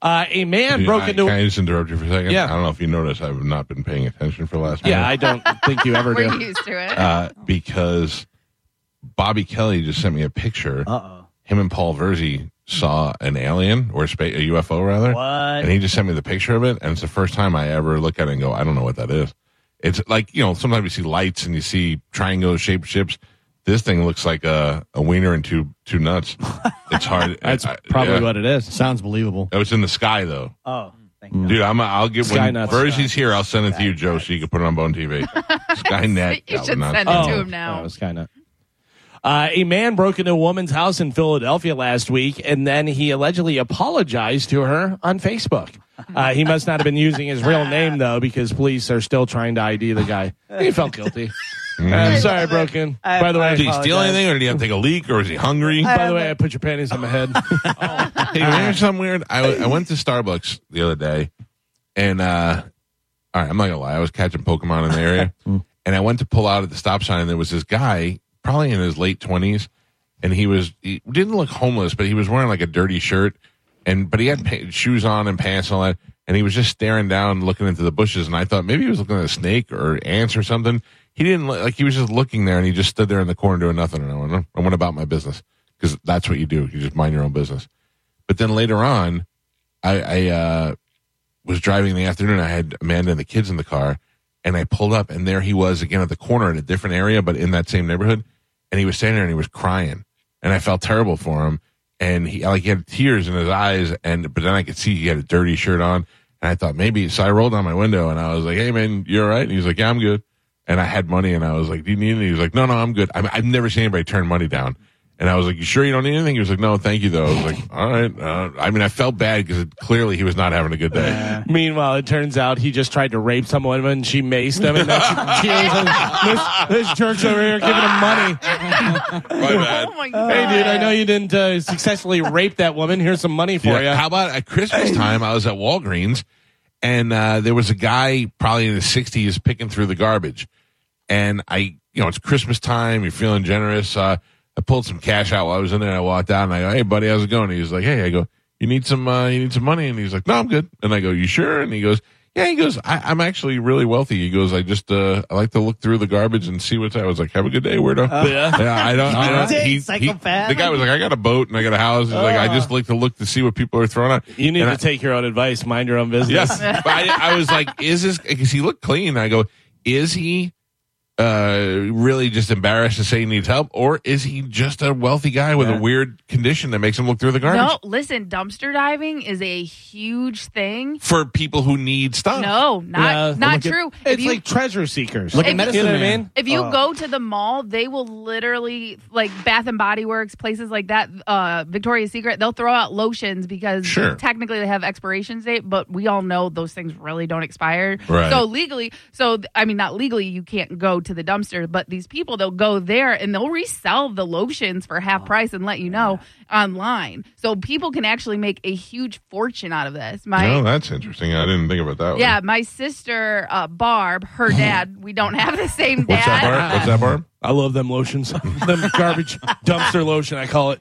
Uh, a man Dude, broke I, into. Can I just interrupt you for a second? Yeah. I don't know if you noticed, I've not been paying attention for the last. yeah, minute. I don't think you ever we're do. used to it. uh, because Bobby Kelly just sent me a picture. Uh. Uh-oh. Him and Paul Verzi saw an alien or spa a UFO rather, and What? he just sent me the picture of it. And it's the first time I ever look at it and go, I don't know what that is. It's like you know, sometimes you see lights and you see triangle shaped ships. This thing looks like a, a wiener and two two (laughs) nuts. It's hard. That's I- probably yeah. what it is. Sounds believable. It was in the sky though, Oh, thank dude. I'm. I'll get Sky when nuts. Verzi's here. I'll send it to you, Joe, so you can put it on Bone TV. (laughs) Skynet. you That should was send nuts. it to him now. That was kind of. Oh. Uh, a man broke into a woman's house in Philadelphia last week, and then he allegedly apologized to her on Facebook. Uh, he must not have been using his real name though, because police are still trying to ID the guy. He felt guilty. Mm-hmm. I'm sorry, I broke in. I- By the I way, Did he Oh. steal apologize. anything, or did he have to take a leak, or is he hungry? by the way, I put your panties on my head. Hey, (laughs) you wanna hear something weird? I, I went to Starbucks the other day, and uh, all right, I'm not gonna lie, I was catching Pokemon in the area, and I went to pull out at the stop sign, and there was this guy, probably in his late 20s, and he was he didn't look homeless, but he was wearing like a dirty shirt, and but he had pa- shoes on and pants and all that, and he was just staring down, looking into the bushes, and I thought maybe he was looking at a snake or ants or something. He didn't look, like he was just looking there, and he just stood there in the corner doing nothing, and I went, I went about my business because that's what you do, you just mind your own business. But then later on, I, I uh, was driving in the afternoon. I had Amanda and the kids in the car, and I pulled up, and there he was again at the corner in a different area, but in that same neighborhood. And he was standing there and he was crying, and I felt terrible for him. And he like he had tears in his eyes, and but then I could see he had a dirty shirt on, and I thought maybe. So I rolled down my window and I was like, "Hey man, you all right?" And he's like, "Yeah, I'm good." And I had money, and I was like, "Do you need anything?" He was like, "No, no, I'm good." I'm, I've never seen anybody turn money down. And I was like, "You sure you don't need anything?" He was like, "No, thank you, though." I was like, "All right." Uh, I mean, I felt bad because clearly he was not having a good day. Meanwhile, it turns out he just tried to rape someone and she maced him, and that's (laughs) tears. on- (laughs) This, this jerk's over here giving him money. My bad. (laughs) oh my god! Hey, dude, I know you didn't uh, successfully rape that woman. Here's some money for Yeah. you. How about at Christmas time? I was at Walgreens, and uh, there was a guy probably in his sixties picking through the garbage, and I, you know, it's Christmas time. You're feeling generous. Uh, I pulled some cash out while I was in there. and I walked out and I go, "Hey, buddy, how's it going?" He's like, "Hey," I go, you need some, uh, you need some money. And he's like, no, I'm good. And I go, you sure? And he goes, yeah, he goes, I, I'm actually really wealthy. He goes, I just, uh, I like to look through the garbage and see what's, I was like, have a good day, weirdo. (laughs) Oh. yeah. I don't, I don't, Dick, he- he- psychopath. the guy was like, I got a boat and I got a house. He's like, I Ah. just like to look to see what people are throwing out. You need And to I- take your own advice. Mind your own business. (laughs) Yes. but I, I was like, is this because he looked clean? I go, is he uh, really just embarrassed to say he needs help, or is he just a wealthy guy with a weird condition that makes him look through the garbage No, listen, dumpster diving is a huge thing. for people who need stuff? No, not Yeah. Look not at- true. It's you, like treasure seekers. Look at If- Medicine You know what I Man. mean? If you Oh. go to the mall, they will literally like Bath and Body Works, places like that, uh, Victoria's Secret. They'll throw out lotions because Sure. technically they have expiration date, but we all know those things really don't expire. Right. So legally, so th- I mean, not legally, you can't go to the dumpster, but these people they'll go there and they'll resell the lotions for Oh, half price and let you know online. So people can actually make a huge fortune out of this. My Oh, that's interesting. I didn't think about that. yeah, One. my sister uh, (laughs) Barb, her dad. We don't have the same What's that, Barb? dad. What's that, Barb? I love them lotions. (laughs) them garbage dumpster lotion, I call it.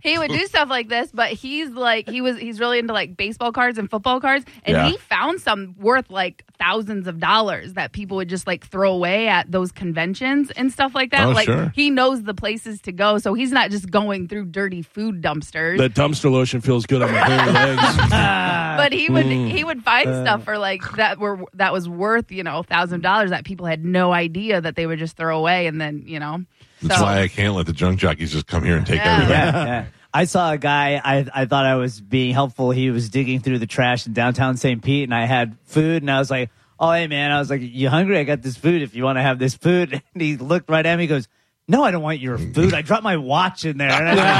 He would do stuff like this, but he's like he was he's really into like baseball cards and football cards, and Yeah. he found some worth like thousands of dollars that people would just like throw away at those conventions and stuff like that. Oh, like sure. he knows the places to go, so he's not just going through dirty food dumpsters. Uh, That dumpster lotion feels good on my hairy legs. (laughs) but he would Mm. he would find Uh. stuff for like that were that was worth you know thousand dollars that people had no idea that they would just throw away and then you know That's so- why I can't let the junk jockeys just come here and take Yeah. everything. yeah, yeah. I saw a guy. I I thought I was being helpful. He was digging through the trash in downtown St. Pete, and I had food, and I was like, "Oh, hey, man!" I was like, "You hungry? I got this food. If you want to have this food," (laughs) and he looked right at me. He goes, "No, I don't want your food. I dropped my watch in there." (laughs) And I was like,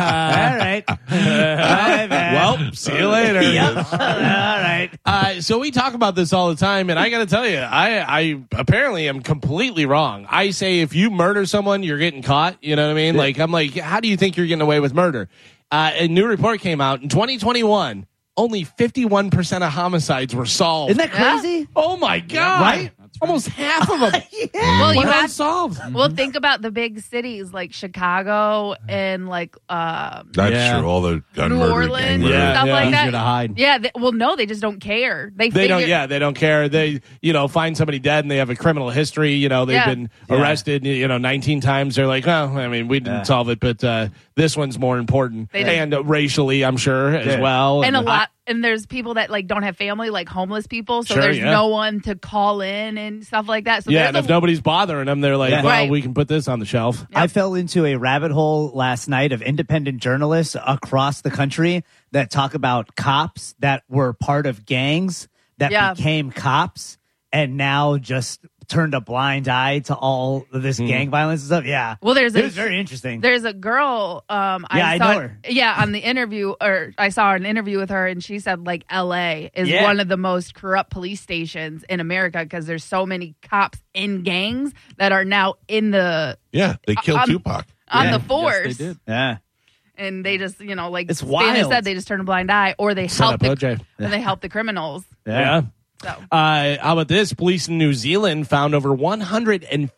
"Ah, all right. Bye, man. well, see you later. Yep. (laughs) all right. Uh, so we talk about this all the time, and I got to tell you, I, I apparently am completely wrong. I say if you murder someone, you're getting caught. You know what I mean? Like I'm like, how do you think you're getting away with murder? Uh, a new report came out in 2021. Only 51 percent of homicides were solved. Isn't that crazy? Oh my god! Right? Almost half of them. well you were have unsolved. Well, think about the big cities like Chicago and like uh, That's Yeah. true. All the gun New murder, gang Orleans murder. and stuff yeah. like Easier that. to hide. Yeah, they, well, no, they just don't care. They, They don't. figure- Yeah, they don't care. They, you know, find somebody dead and they have a criminal history. You know, they've Yeah. been Yeah. arrested. You know, nineteen times. They're like, oh, I mean, we didn't Yeah. solve it, but uh, this one's more important They did. and uh, racially, I'm sure as Yeah. well. And a lot, and there's people that like don't have family, like homeless people. So Sure, there's yeah. no one to call in and stuff like that. So yeah, and there's if a, nobody's bothering them, they're like, Yeah. well, Right. we can put this on the shelf. I fell into a rabbit hole last night of independent journalists across the country that talk about cops that were part of gangs that Yeah. became cops and now just turned a blind eye to all of this Mm-hmm. gang violence and stuff. Yeah. well, there's It a was very interesting. There's a girl. Um, Yeah, I I saw, know her. Yeah, on the interview, or I saw an interview with her, and she said like L.A. is Yeah. one of the most corrupt police stations in America because there's so many cops in gangs that are now in the Yeah, they killed Um, Tupac. on Yeah. the force, Yes, they did. yeah. (laughs) and they just you know like It's Spanish wild. said they just turn a blind eye, or they Son help of the, a bitch. or they help the criminals. yeah. So (laughs) Uh, how about this? Police in New Zealand found over $150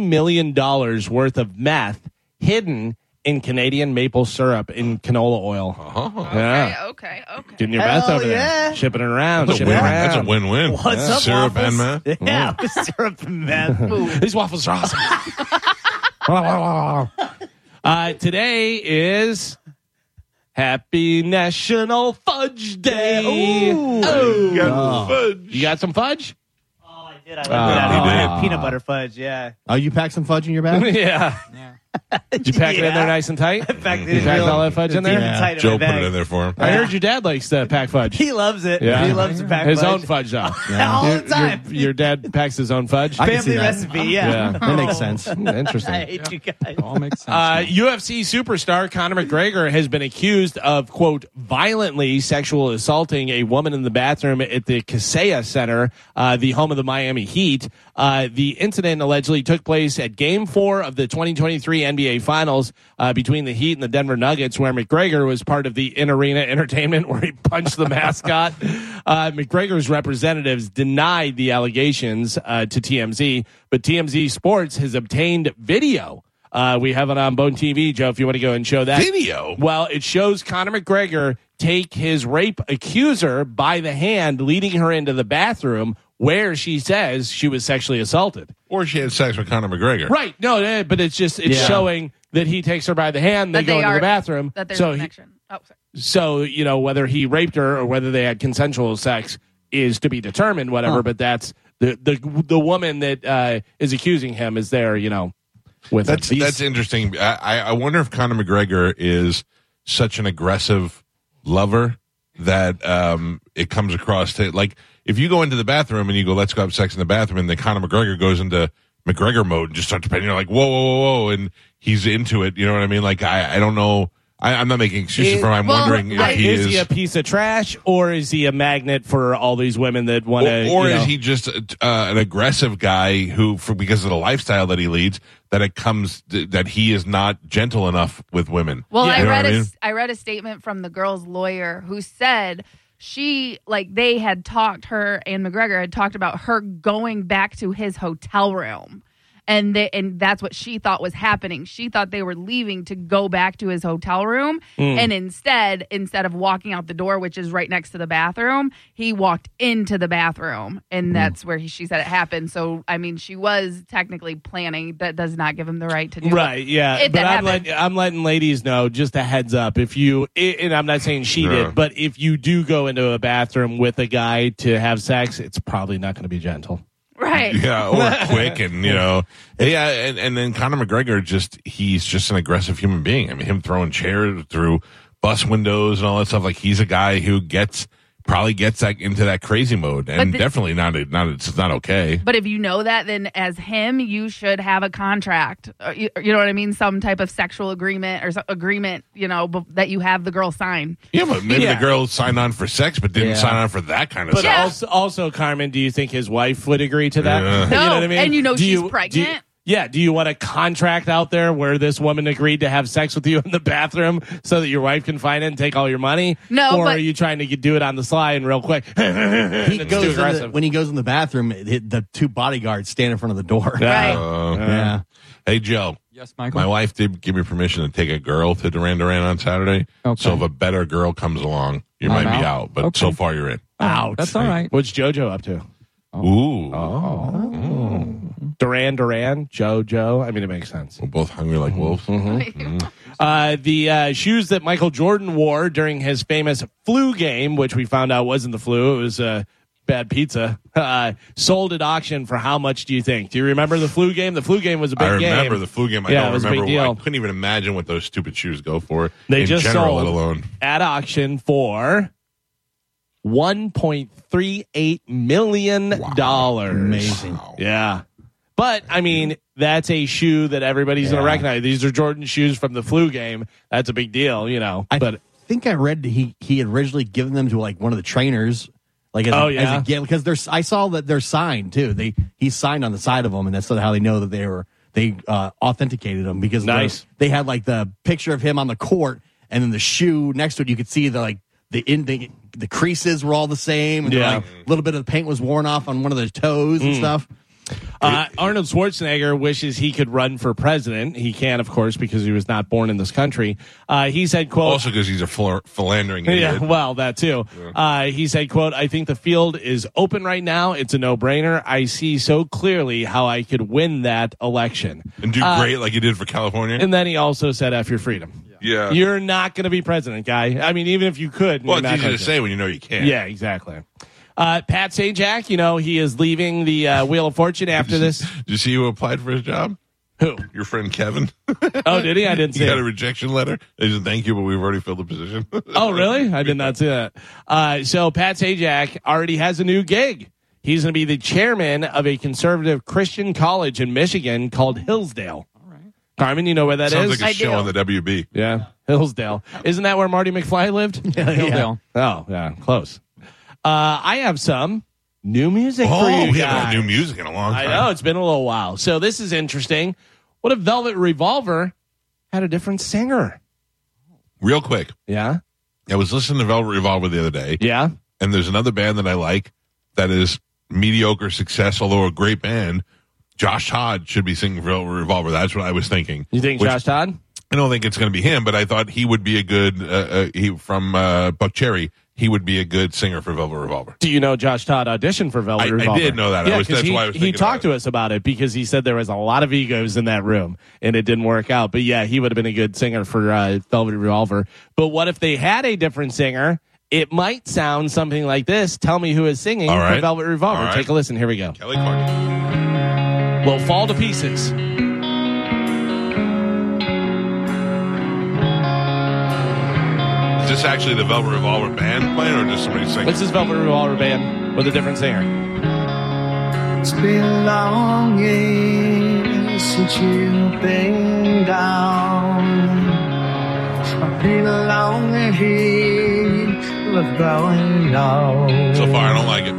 million worth of meth hidden in Canadian maple syrup in canola oil. Oh. Yeah. okay, okay, okay. Getting your Hell meth over yeah. there. Shipping it around. That's a shipping win. it around. That's a win-win. What's up, Syrup and waffles? meth. Yeah, syrup and (laughs) meth. These waffles are awesome. (laughs) uh, today is Happy National Fudge Day. You got fudge. You got some fudge? Oh, I did. I like he Ah. that. Oh, I did. had peanut butter fudge. Yeah. Oh, you packed some fudge in your bag? (laughs) yeah. Did you pack it in (laughs) Yeah. there nice and tight? In fact, You packed all that fudge in there? Yeah. Tight Joe in my put bag. it in there for him. I heard your dad likes to pack fudge. He loves it. Yeah. He loves to (laughs) pack his fudge. own fudge, though. (laughs) All Your- the time. Your, your dad packs his own fudge. I can see Family that. recipe. Yeah. Yeah. (laughs) That makes (laughs) sense. Hmm, I Interesting. hate you guys. All (laughs) makes sense. Uh, now. UFC superstar Conor McGregor has been accused of, quote, violently sexual assaulting a woman in the bathroom at the Kaseya Center, uh, the home of the Miami Heat. Uh, the incident allegedly took place at game four of the 2023 NBA Finals uh, between the Heat and the Denver Nuggets, where McGregor was part of the in arena (laughs) entertainment where he punched the mascot. Uh, McGregor's representatives denied the allegations uh, to TMZ, but TMZ Sports has obtained video Uh, we have it on Bone TV, Joe. If you want to go and show that Video? well, it shows Conor McGregor take his rape accuser by the hand, leading her into the bathroom where she says she was sexually assaulted. Or she had sex with Conor McGregor. Right? No, eh, but it's just it's Yeah. showing that he takes her by the hand. They That go they into are- the bathroom. that there's so a he, connection. oh, sorry. so you know whether he raped her or whether they had consensual sex is to be determined whatever but that's the the the woman that uh is accusing him is there you know with that's him. that's interesting. I, I I wonder if Conor McGregor is such an aggressive lover that um, it comes across to like if you go into the bathroom and you go, "Let's go have sex in the bathroom," and then Conor McGregor goes into McGregor mode and just starts petting. You're like, "Whoa, whoa, whoa!" whoa," and he's into it. You know what I mean? Like I, I don't know. I, I'm not making excuses for him. I'm wondering if Right. he is is. he a piece of trash or is he a magnet for all these women that want to or or you know, is he just uh, an aggressive guy who, for because of the lifestyle that he leads, that it comes that he is not gentle enough with women? Well, You I know what read a mean? s- I read a statement from the girl's lawyer who said she like they had talked her and McGregor had talked about her going back to his hotel room. And they, and that's what she thought was happening. She thought they were leaving to go back to his hotel room, Hmm. and instead, instead of walking out the door, which is right next to the bathroom, he walked into the bathroom, Hmm. and that's where he, she said it happened. So, I mean, she was technically planning. That does not give him the right to do it. Right, yeah, If but that I'm happened. letting, I'm letting ladies know just a heads up if you i- and I'm not saying she Yeah. did, but if you do go into a bathroom with a guy to have sex, it's probably not going to be gentle. right? Yeah, (laughs) or quick, and you know, yeah, and, and then Conor McGregor just he's just an aggressive human being. I mean, him throwing chairs through bus windows and all that stuff. Like he's a guy who gets probably gets that into that crazy mode, and the- definitely not not it's not okay. But if you know that, then as him, you should have a contract. Uh, You, you know what I mean? Some type of sexual agreement or so, agreement, you know, b- that you have the girl sign. Yeah, but maybe Yeah. the girl signed on for sex, but didn't Yeah. sign on for that kind of But stuff. also, also, Carmen, do you think his wife would agree to that? Yeah. you know No, what I mean? and you know Do she's do pregnant. yeah, do you want a contract out there where this woman agreed to have sex with you in the bathroom so that your wife can find it and take all your money? No, or but- are you trying to do it on the sly and real quick? (laughs) He it's goes too in the- aggressive. when he goes in the bathroom, it, the two bodyguards stand in front of the door. Right. Uh, Yeah. Hey, Joe. Yes, (laughs) Michael. My wife did give me permission to take a girl to Duran Duran on Saturday. Okay. So if a better girl comes along, you I'm might be out. out, but Okay. so far you're in. Ouch. That's all right. What's JoJo up to? Oh. Ooh. Duran Duran, JoJo. I mean, it makes sense. We're both hungry Mm-hmm. like wolves. Uh, the uh, shoes that Michael Jordan wore during his famous flu game, which we found out wasn't the flu, it was uh, bad pizza, (laughs) uh, sold at auction for how much do you think? Do you remember the flu game? The flu game was a big I remember game. the flu game. I Yeah, it don't was a remember. big why- deal. I couldn't even imagine what those stupid shoes go for. They in just general, sold let alone. at auction for $1.38 million. Amazing. Yeah. But I mean, that's a shoe that everybody's going to Yeah. recognize. These are Jordan shoes from the flu game. That's a big deal, you know. I but think I read that he he had originally given them to like one of the trainers, like as, Oh, a, yeah. as a gift because there's I saw that they're signed too. They he signed on the side of them, and that's sort of how they know that they were they uh, authenticated them because the- Nice. they had like the picture of him on the court, and then the shoe next to it. You could see the like the ending, the creases were all the same, and Yeah. Mm. yeah. a little bit of paint was worn off on one of the toes and stuff. Uh, Arnold Schwarzenegger wishes he could run for president. He can, of course, because he was not born in this country. Uh, he said, "quote Also, because he's a phil- philandering yeah, idiot. well, that too. Uh, he said, "quote I think the field is open right now. It's a no-brainer. I see so clearly how I could win that election." And do Uh, great like he did for California. And then he also said, "F your freedom. yeah. You're not going to be president, guy. I mean, even if you could, well, you're it's not easy gonna to do it." say when you know you can't. Yeah, exactly." Uh, Pat Sajak, you know, he is leaving the uh, Wheel of (laughs) Fortune after this. Did you see who applied for his job? Who? Your friend Kevin. (laughs) Oh, did he? I didn't see. he got it. a rejection letter. They said, thank you, but we've already filled the position. (laughs) Oh, really? I did not see that. Uh, so Pat Sajak already has a new gig. He's going to be the chairman of a conservative Christian college in Michigan called Hillsdale. All right. Carmen, you know where that is? Sounds like a I show do. on the WB. yeah, Hillsdale. Isn't that where Marty McFly lived? Hillsdale. Oh, yeah, close. Uh, I have some new music for Oh, you we guys. haven't had new music in a long I time. know it's been a little while. So this is interesting. What if Velvet Revolver had a different singer? Real quick, Yeah, I was listening to Velvet Revolver the other day, yeah. and there's another band that I like that is mediocre success, although a great band, Josh Todd should be singing Real Revolver. That's what I was thinking. You think Which- Josh Todd? I don't think it's going to be him, but I thought he would be a good uh, uh, he from uh, Buck Cherry. He would be a good singer for Velvet Revolver. Do you know Josh Todd auditioned for Velvet I- I Revolver? did know that. I Yeah, was- 'cause that's he, why I was he thinking talked to us about it because he said there was a lot of egos in that room and it didn't work out. But yeah, he would have been a good singer for uh, Velvet Revolver. But what if they had a different singer? It might sound something like this. Tell me who is singing All right. for Velvet Revolver. All right. Take a listen. Here we go. Kelly Clarkson. We'll fall to pieces. Is this actually the Velvet Revolver band playing, or just somebody singing? This is Velvet Revolver Band with a different singer. It's been longing since you've been down. I've been longing here with growing old. So far, I don't like it.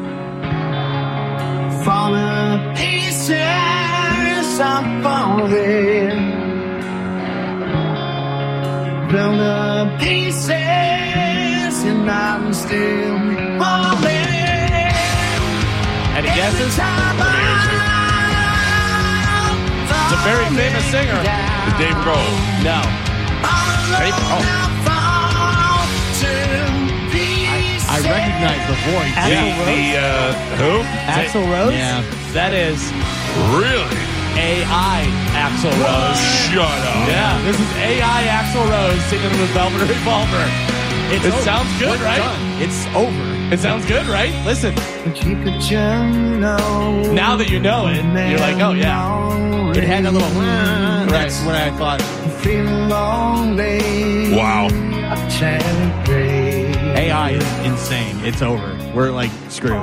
Falling to pieces, I'm falling. Blown to pieces, and I'm still falling. Any guesses? It's a very famous singer. It's Dave Grohl. No. Dave Oh. Grohl. I recognize the voice. The, Axl Rose. the uh, (laughs) Axl Rose. That is who? Really? AI Axl Rose. Shut up. Yeah, this is AI Axl Rose singing with Velvet Revolver. It's it over. sounds good, right? We're done. It's over. It sounds good, right? Listen, Now now that you know it, you're like, oh yeah. It had a little. Right. Right. That's what I thought. Feeling lonely. Wow. I can't breathe. AI is insane. It's over. We're like screwed.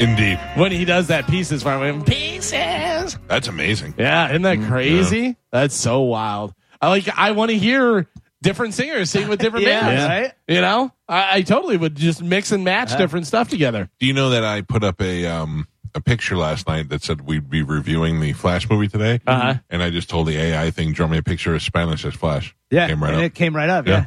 Indeed. When he does that pieces part, we pieces. That's amazing. Yeah, isn't that crazy? That's so wild. I like. I want to hear different singers sing with (laughs) different Yeah, bands. right? You know, I, I totally would just mix and match different stuff together. Do you know that I put up a um a picture last night that said we'd be reviewing the Flash movie today, Uh-huh. and I just told the AI thing draw me a picture of Spanish as Flash. Yeah, came right and up. it came right up. Yeah. Yeah.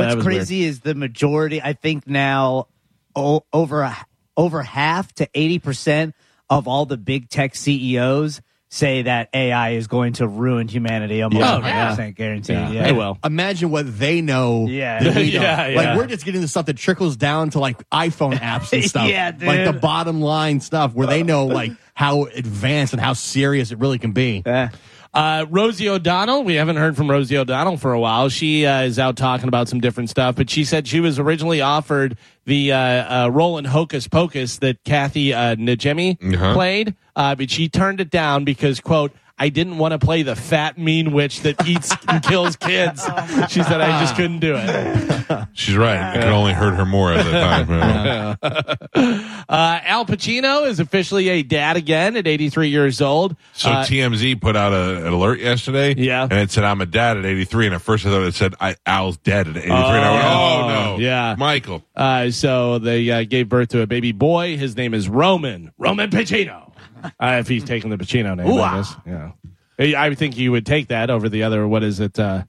Yeah, What's crazy is the majority. I think now o- over a- over half to eighty percent of all the big tech CEOs say that AI is going to ruin humanity. Almost Yeah. yeah. Oh, yeah. guaranteed. Yeah. Hey, well, Imagine what they know. Yeah. that (laughs) we don't. Yeah, yeah. Like we're just getting the stuff that trickles down to like iPhone apps (laughs) and stuff. Yeah, dude. Like the bottom line stuff where they know like how advanced and how serious it really can be. Yeah. Uh, Rosie O'Donnell, we haven't heard from Rosie O'Donnell for a while. She uh, is out talking about some different stuff, but she said she was originally offered the uh, uh, role in Hocus Pocus that Kathy uh, Najimy Uh-huh. played, uh, but she turned it down because, quote, I didn't want to play the fat, mean witch that eats and kills kids. She said, I just couldn't do it. She's right. It could only hurt her more at the (laughs) time. you know. Uh, Al Pacino is officially a dad again at 83 years old. So Uh, TMZ put out a, an alert yesterday, Yeah. and it said I'm a dad at 83. And at first I thought it said I, Al's dead at 83. and I went, Oh, oh no, yeah. Michael. Uh, so they uh, gave birth to a baby boy. His name is Roman. Roman (laughs) Pacino. Uh, if he's taking the Pacino name, I guess. Yeah. Hey, I would think you would take that over the other. What is it? Uh,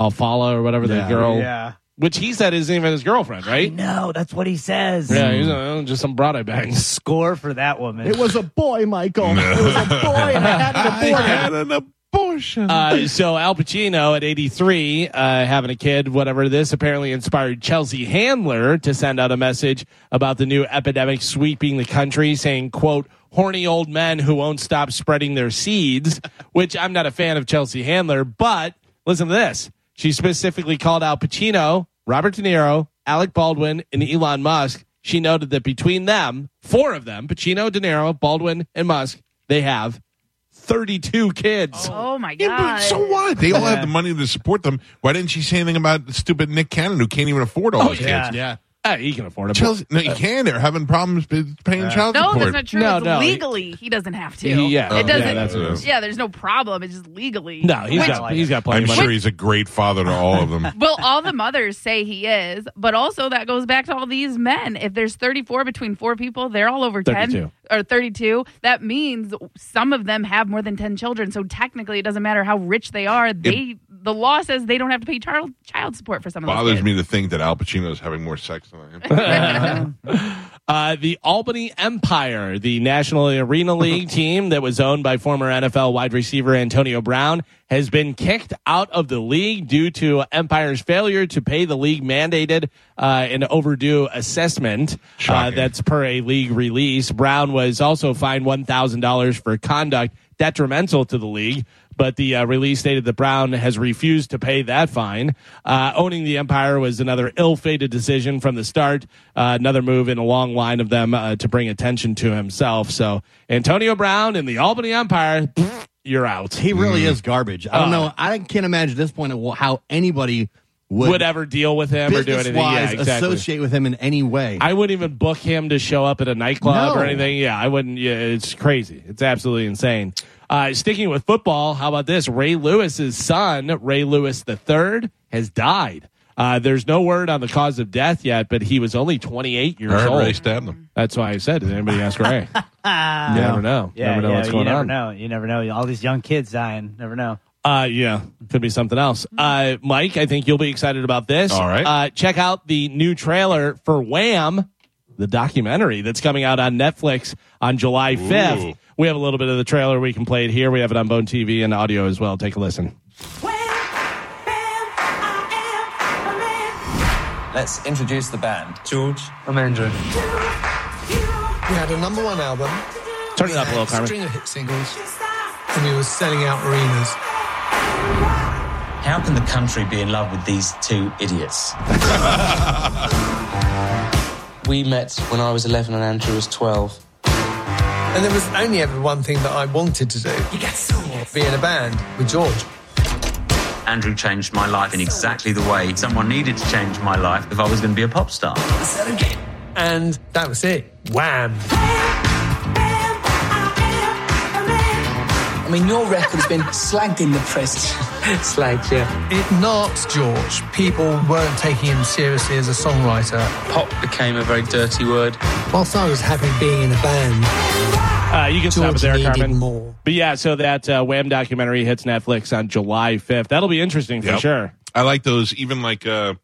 Alfala or whatever the girl. Yeah. Which he said isn't even his girlfriend, right? No, that's what he says. Yeah, he's uh, just some broad I bang. Score for that woman. It was a boy, Michael. It was a boy. And I had an I abortion. had an abortion. Uh, so Al Pacino at 83, uh, having a kid, whatever this apparently inspired Chelsea Handler to send out a message about the new epidemic sweeping the country, saying, quote, horny old men who won't stop spreading their seeds, (laughs) which I'm not a fan of Chelsea Handler, but listen to this. She specifically called out Pacino, Robert De Niro, Alec Baldwin, and Elon Musk. She noted that between them, four of them, Pacino, De Niro, Baldwin, and Musk, they have 32 kids. Oh my Yeah, god. but so what? They all have the money to support them. Why didn't she say anything about the stupid Nick Cannon who can't even afford Oh, all his yeah. kids? Yeah. Uh, he can afford it. Chelsea, no, you can. They're having problems with paying child No, support. that's not true. No, it's no. legally he doesn't have to. He- yeah. it Yeah, doesn't. that's what it is. yeah, there's no problem. It's just legally. No, he's Which- got he's got plenty I'm of money. sure he's a great father to all (laughs) of them. well, all the mothers say he is, but also that goes back to all these men. If there's 34 between four people, they're all over 32. 10 or 32. That means some of them have more than 10 children. So technically, it doesn't matter how rich they are. They the law says they don't have to pay child child support for some of those Bothers kids. (laughs) me to think that Al Pacino is having more sex than I am. Uh, the Albany Empire, the (laughs) National Arena League team that was owned by former NFL wide receiver Antonio Brown, has been kicked out of the league due to Empire's failure to pay the league mandated uh, and overdue assessment. Uh, Shocking. that's per a league release. Brown was also fined $1,000 for conduct detrimental to the league. But the uh, release stated that Brown has refused to pay that fine. Uh, owning the Empire was another ill fated decision from the start, uh, another move in a long line of them uh, to bring attention to himself. So, Antonio Brown and the Albany Empire, pfft, you're out. He really is garbage. I don't Uh, know. I can't imagine at this point wh- how anybody would, Would, ever deal with him or do anything. Yeah, business-wise exactly. associate with him in any way. I wouldn't even book him to show up at a nightclub No. or anything. Yeah, I wouldn't. Yeah, it's crazy. It's absolutely insane. Uh, sticking with football, how about this? Ray Lewis's son, Ray Lewis III, has died. Uh, there's no word on the cause of death yet, but he was only 28 years Heard old. Ray stabbed him. That's why I said, did anybody ask (laughs) Ray? You never know. Yeah, never know yeah, what's you going never on. know. You never know. All these young kids dying. Never know. Mm-hmm. Uh, yeah, could be something else. Uh, Mike, I think you'll be excited about this. All right. Uh, check out the new trailer for Wham, the documentary that's coming out on Netflix on July 5th. Ooh. We have a little bit of the trailer. We can play it here. We have it on Bone TV and audio as well. Take a listen. Let's introduce the band. George. I'm Andrew. We had a number one album. Turn it We up a had little, Carmen. String of hit singles, and we were selling out arenas. How can the country be in love with these two idiots? (laughs) We met when I was 11 and Andrew was 12. And there was only ever one thing that I wanted to do: be in a band with George. Andrew changed my life in exactly the way someone needed to change my life if I was going to be a pop star. And that was it. Wham! I mean, your record's been slagged in the press. slagged, yeah. It knocked George. People weren't taking him seriously as a songwriter. Pop became a very dirty word. Whilst I was happy being in a band, Uh, you can stop it George there, needed Carmen. more. But yeah, so that uh, Wham documentary hits Netflix on July 5th. That'll be interesting for Yep. sure. I like those, even like uh,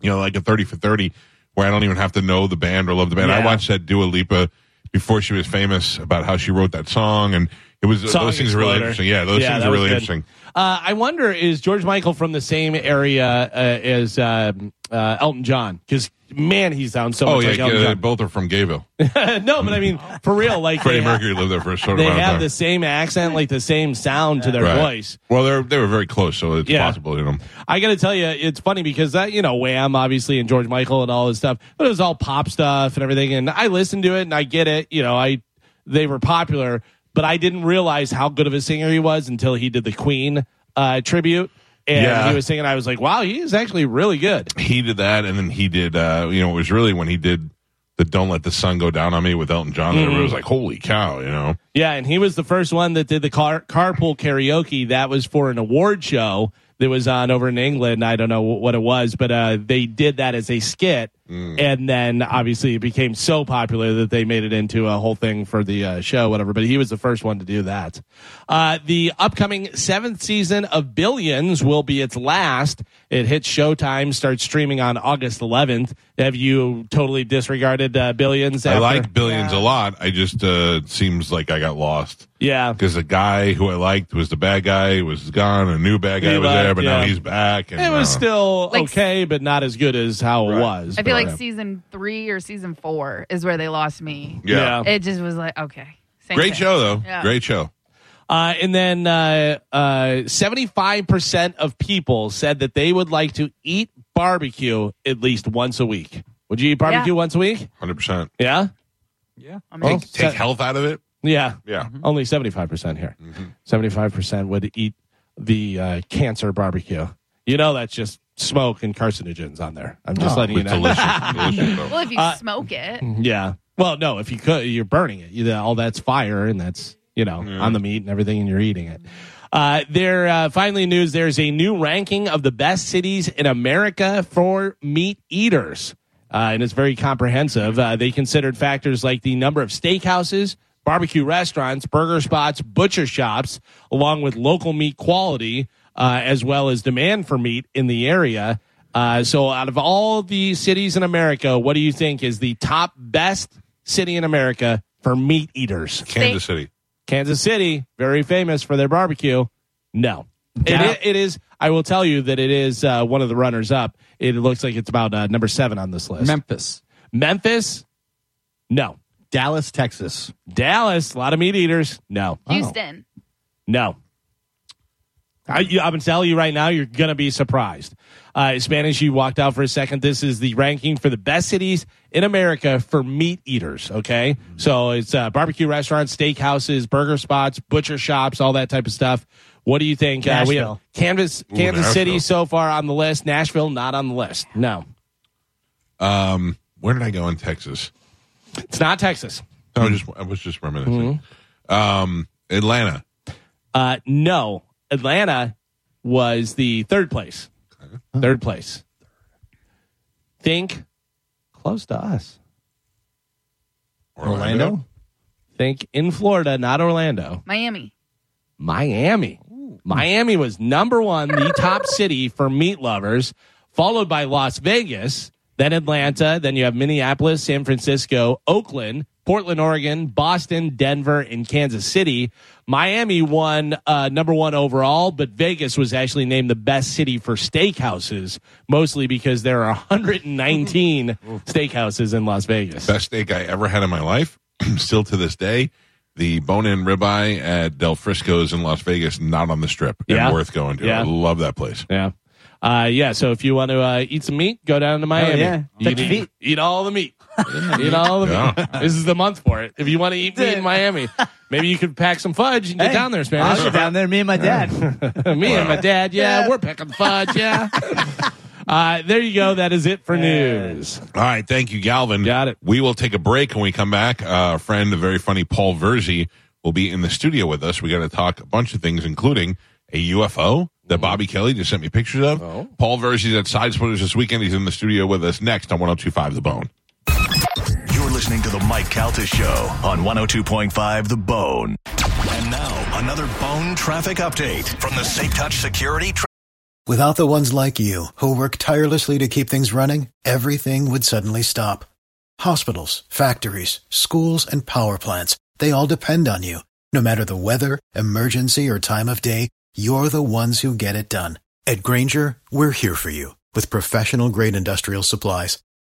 you know, like a thirty for thirty, where I don't even have to know the band or love the band. I Yeah. watched that Dua Lipa before she was famous about how she wrote that song, and it was Song those things are really Exploder. interesting. Yeah, those things that are was really good. interesting. Uh, I wonder is George Michael from the same area uh, as uh, uh, Elton John? Because man, he sounds so oh much yeah, like Elton uh, John. both are from Gayville. (laughs) no, but I mean for real, like Freddie they, ha- Mercury lived there for a short they amount of have time. the same accent, like the same sound to their Right. voice. Well, they they were very close, so it's Yeah. possible. You know, I got to tell you, it's funny because that you know Wham obviously and George Michael and all his stuff, but it was all pop stuff and everything. And I listened to it and I get it. You know, I they were popular, but I didn't realize how good of a singer he was until he did the Queen uh, tribute. And Yeah. he was singing, I was like, wow, he is actually really good. he did that, and then he did. uh You know, it was really when he did the "Don't Let the Sun Go Down on Me" with Elton John. that It Mhm. was like, holy cow, you know. Yeah, and he was the first one that did the car carpool karaoke. That was for an award show that was on over in England. I don't know wh- what it was, but uh, they did that as a skit, Mm. and then obviously it became so popular that they made it into a whole thing for the uh, show, whatever. But he was the first one to do that. Uh, the upcoming seventh season of Billions will be its last. It hits Showtime, starts streaming on August 11th. Have you totally disregarded uh, Billions? I after- like Billions a lot. I just uh it seems like I got lost yeah. because the guy who I liked was the bad guy was gone. A new bad guy He was left, there, but now yeah. he's back. And, It was uh, still Like- okay, but not as good as how it was. I feel but- like season three or season four is where they lost me. Yeah. It just was like, okay. same great thing. show though. Yeah. Great show. Uh, and then uh, uh, seventy-five percent of people said that they would like to eat barbecue at least once a week. Would you eat barbecue once a week? Hundred percent. Yeah, I Take, mean, take so- health out of it. yeah. Mm-hmm. Yeah. Only seventy-five percent here. Mm-hmm. 75 percent would eat the uh, cancer barbecue. You know, that's just smoke and carcinogens on there. I'm just Oh, letting you it's know. (laughs) delicious. (laughs) delicious though. well, if you Uh, smoke it, Yeah. Well, no, if you could, you're burning it. You, all that's fire, and that's you know on the meat and everything, and you're eating it. Uh, there, uh, finally, news. There's a new ranking of the best cities in America for meat eaters, uh, and it's very comprehensive. Uh, they considered factors like the number of steakhouses, barbecue restaurants, burger spots, butcher shops, along with local meat quality, uh, as well as demand for meat in the area. Uh, so, out of all the cities in America, what do you think is the top best city in America for meat eaters? Kansas City. Kansas City, very famous for their barbecue. No, It i- it is. I will tell you that it is uh, one of the runners up. It looks like it's about uh, number seven on this list. Memphis. Memphis. No. Dallas, Texas. Dallas. A lot of meat eaters. No. Houston. No. I, you, I'm telling you right now, you're going to be surprised. Uh, Spanish, you walked out for a second. This is the ranking for the best cities in America for meat eaters. Okay. Mm-hmm. So it's uh, barbecue restaurants, steakhouses, burger spots, butcher shops, all that type of stuff. What do you think? Uh, we have Nashville. Kansas, Ooh, Kansas City Nashville. so far on the list. Nashville, not on the list. No. Um, where did I go in Texas? It's not Texas. I was just I was just reminiscing. Um, Atlanta. Uh, no. Atlanta was the third place. Third place. Think close to us. Orlando? Think in Florida, not Orlando. Miami. Miami. Miami was number one, the top city for meat lovers, followed by Las Vegas, then Atlanta, then you have Minneapolis, San Francisco, Oakland, Portland, Oregon, Boston, Denver, and Kansas City. Miami won uh, number one overall, but Vegas was actually named the best city for steakhouses, mostly because there are 119 steakhouses in Las Vegas. Best steak I ever had in my life, (clears throat) still to this day. The bone-in ribeye at Del Frisco's in Las Vegas, not on the strip, and Yeah. worth going to. Yeah. I love that place. Yeah. Uh, yeah, so if you want to uh, eat some meat, go down to Miami. yeah. You Touch can feet. eat, e- eat all the (laughs) meat. eat all the meat. This is the month for it. If you want to eat meat in Miami, maybe you could pack some fudge and get Hey, down there, I Spanish. was down there, me and my dad. (laughs) Me and my dad, yeah, Yeah. we're packing fudge, (laughs) yeah. uh, there you go. That is it for news. All right, thank you, Galvin. Got it. We will take a break when we come back. Uh, our friend, the very funny Paul Verzi, will be in the studio with us. We got to talk a bunch of things, including a UFO Mm-hmm. that Bobby Kelly just sent me pictures of. Oh. Paul Verzi's at Side Splitters this weekend. He's in the studio with us next on 1025 The Bone. You're listening to the Mike Calta Show on 102.5 The Bone. And now, another bone traffic update from the Safe Touch Security. Tra- Without the ones like you, who work tirelessly to keep things running, everything would suddenly stop. Hospitals, factories, schools, and power plants, they all depend on you. No matter the weather, emergency, or time of day, you're the ones who get it done. At Granger, we're here for you with professional grade industrial supplies.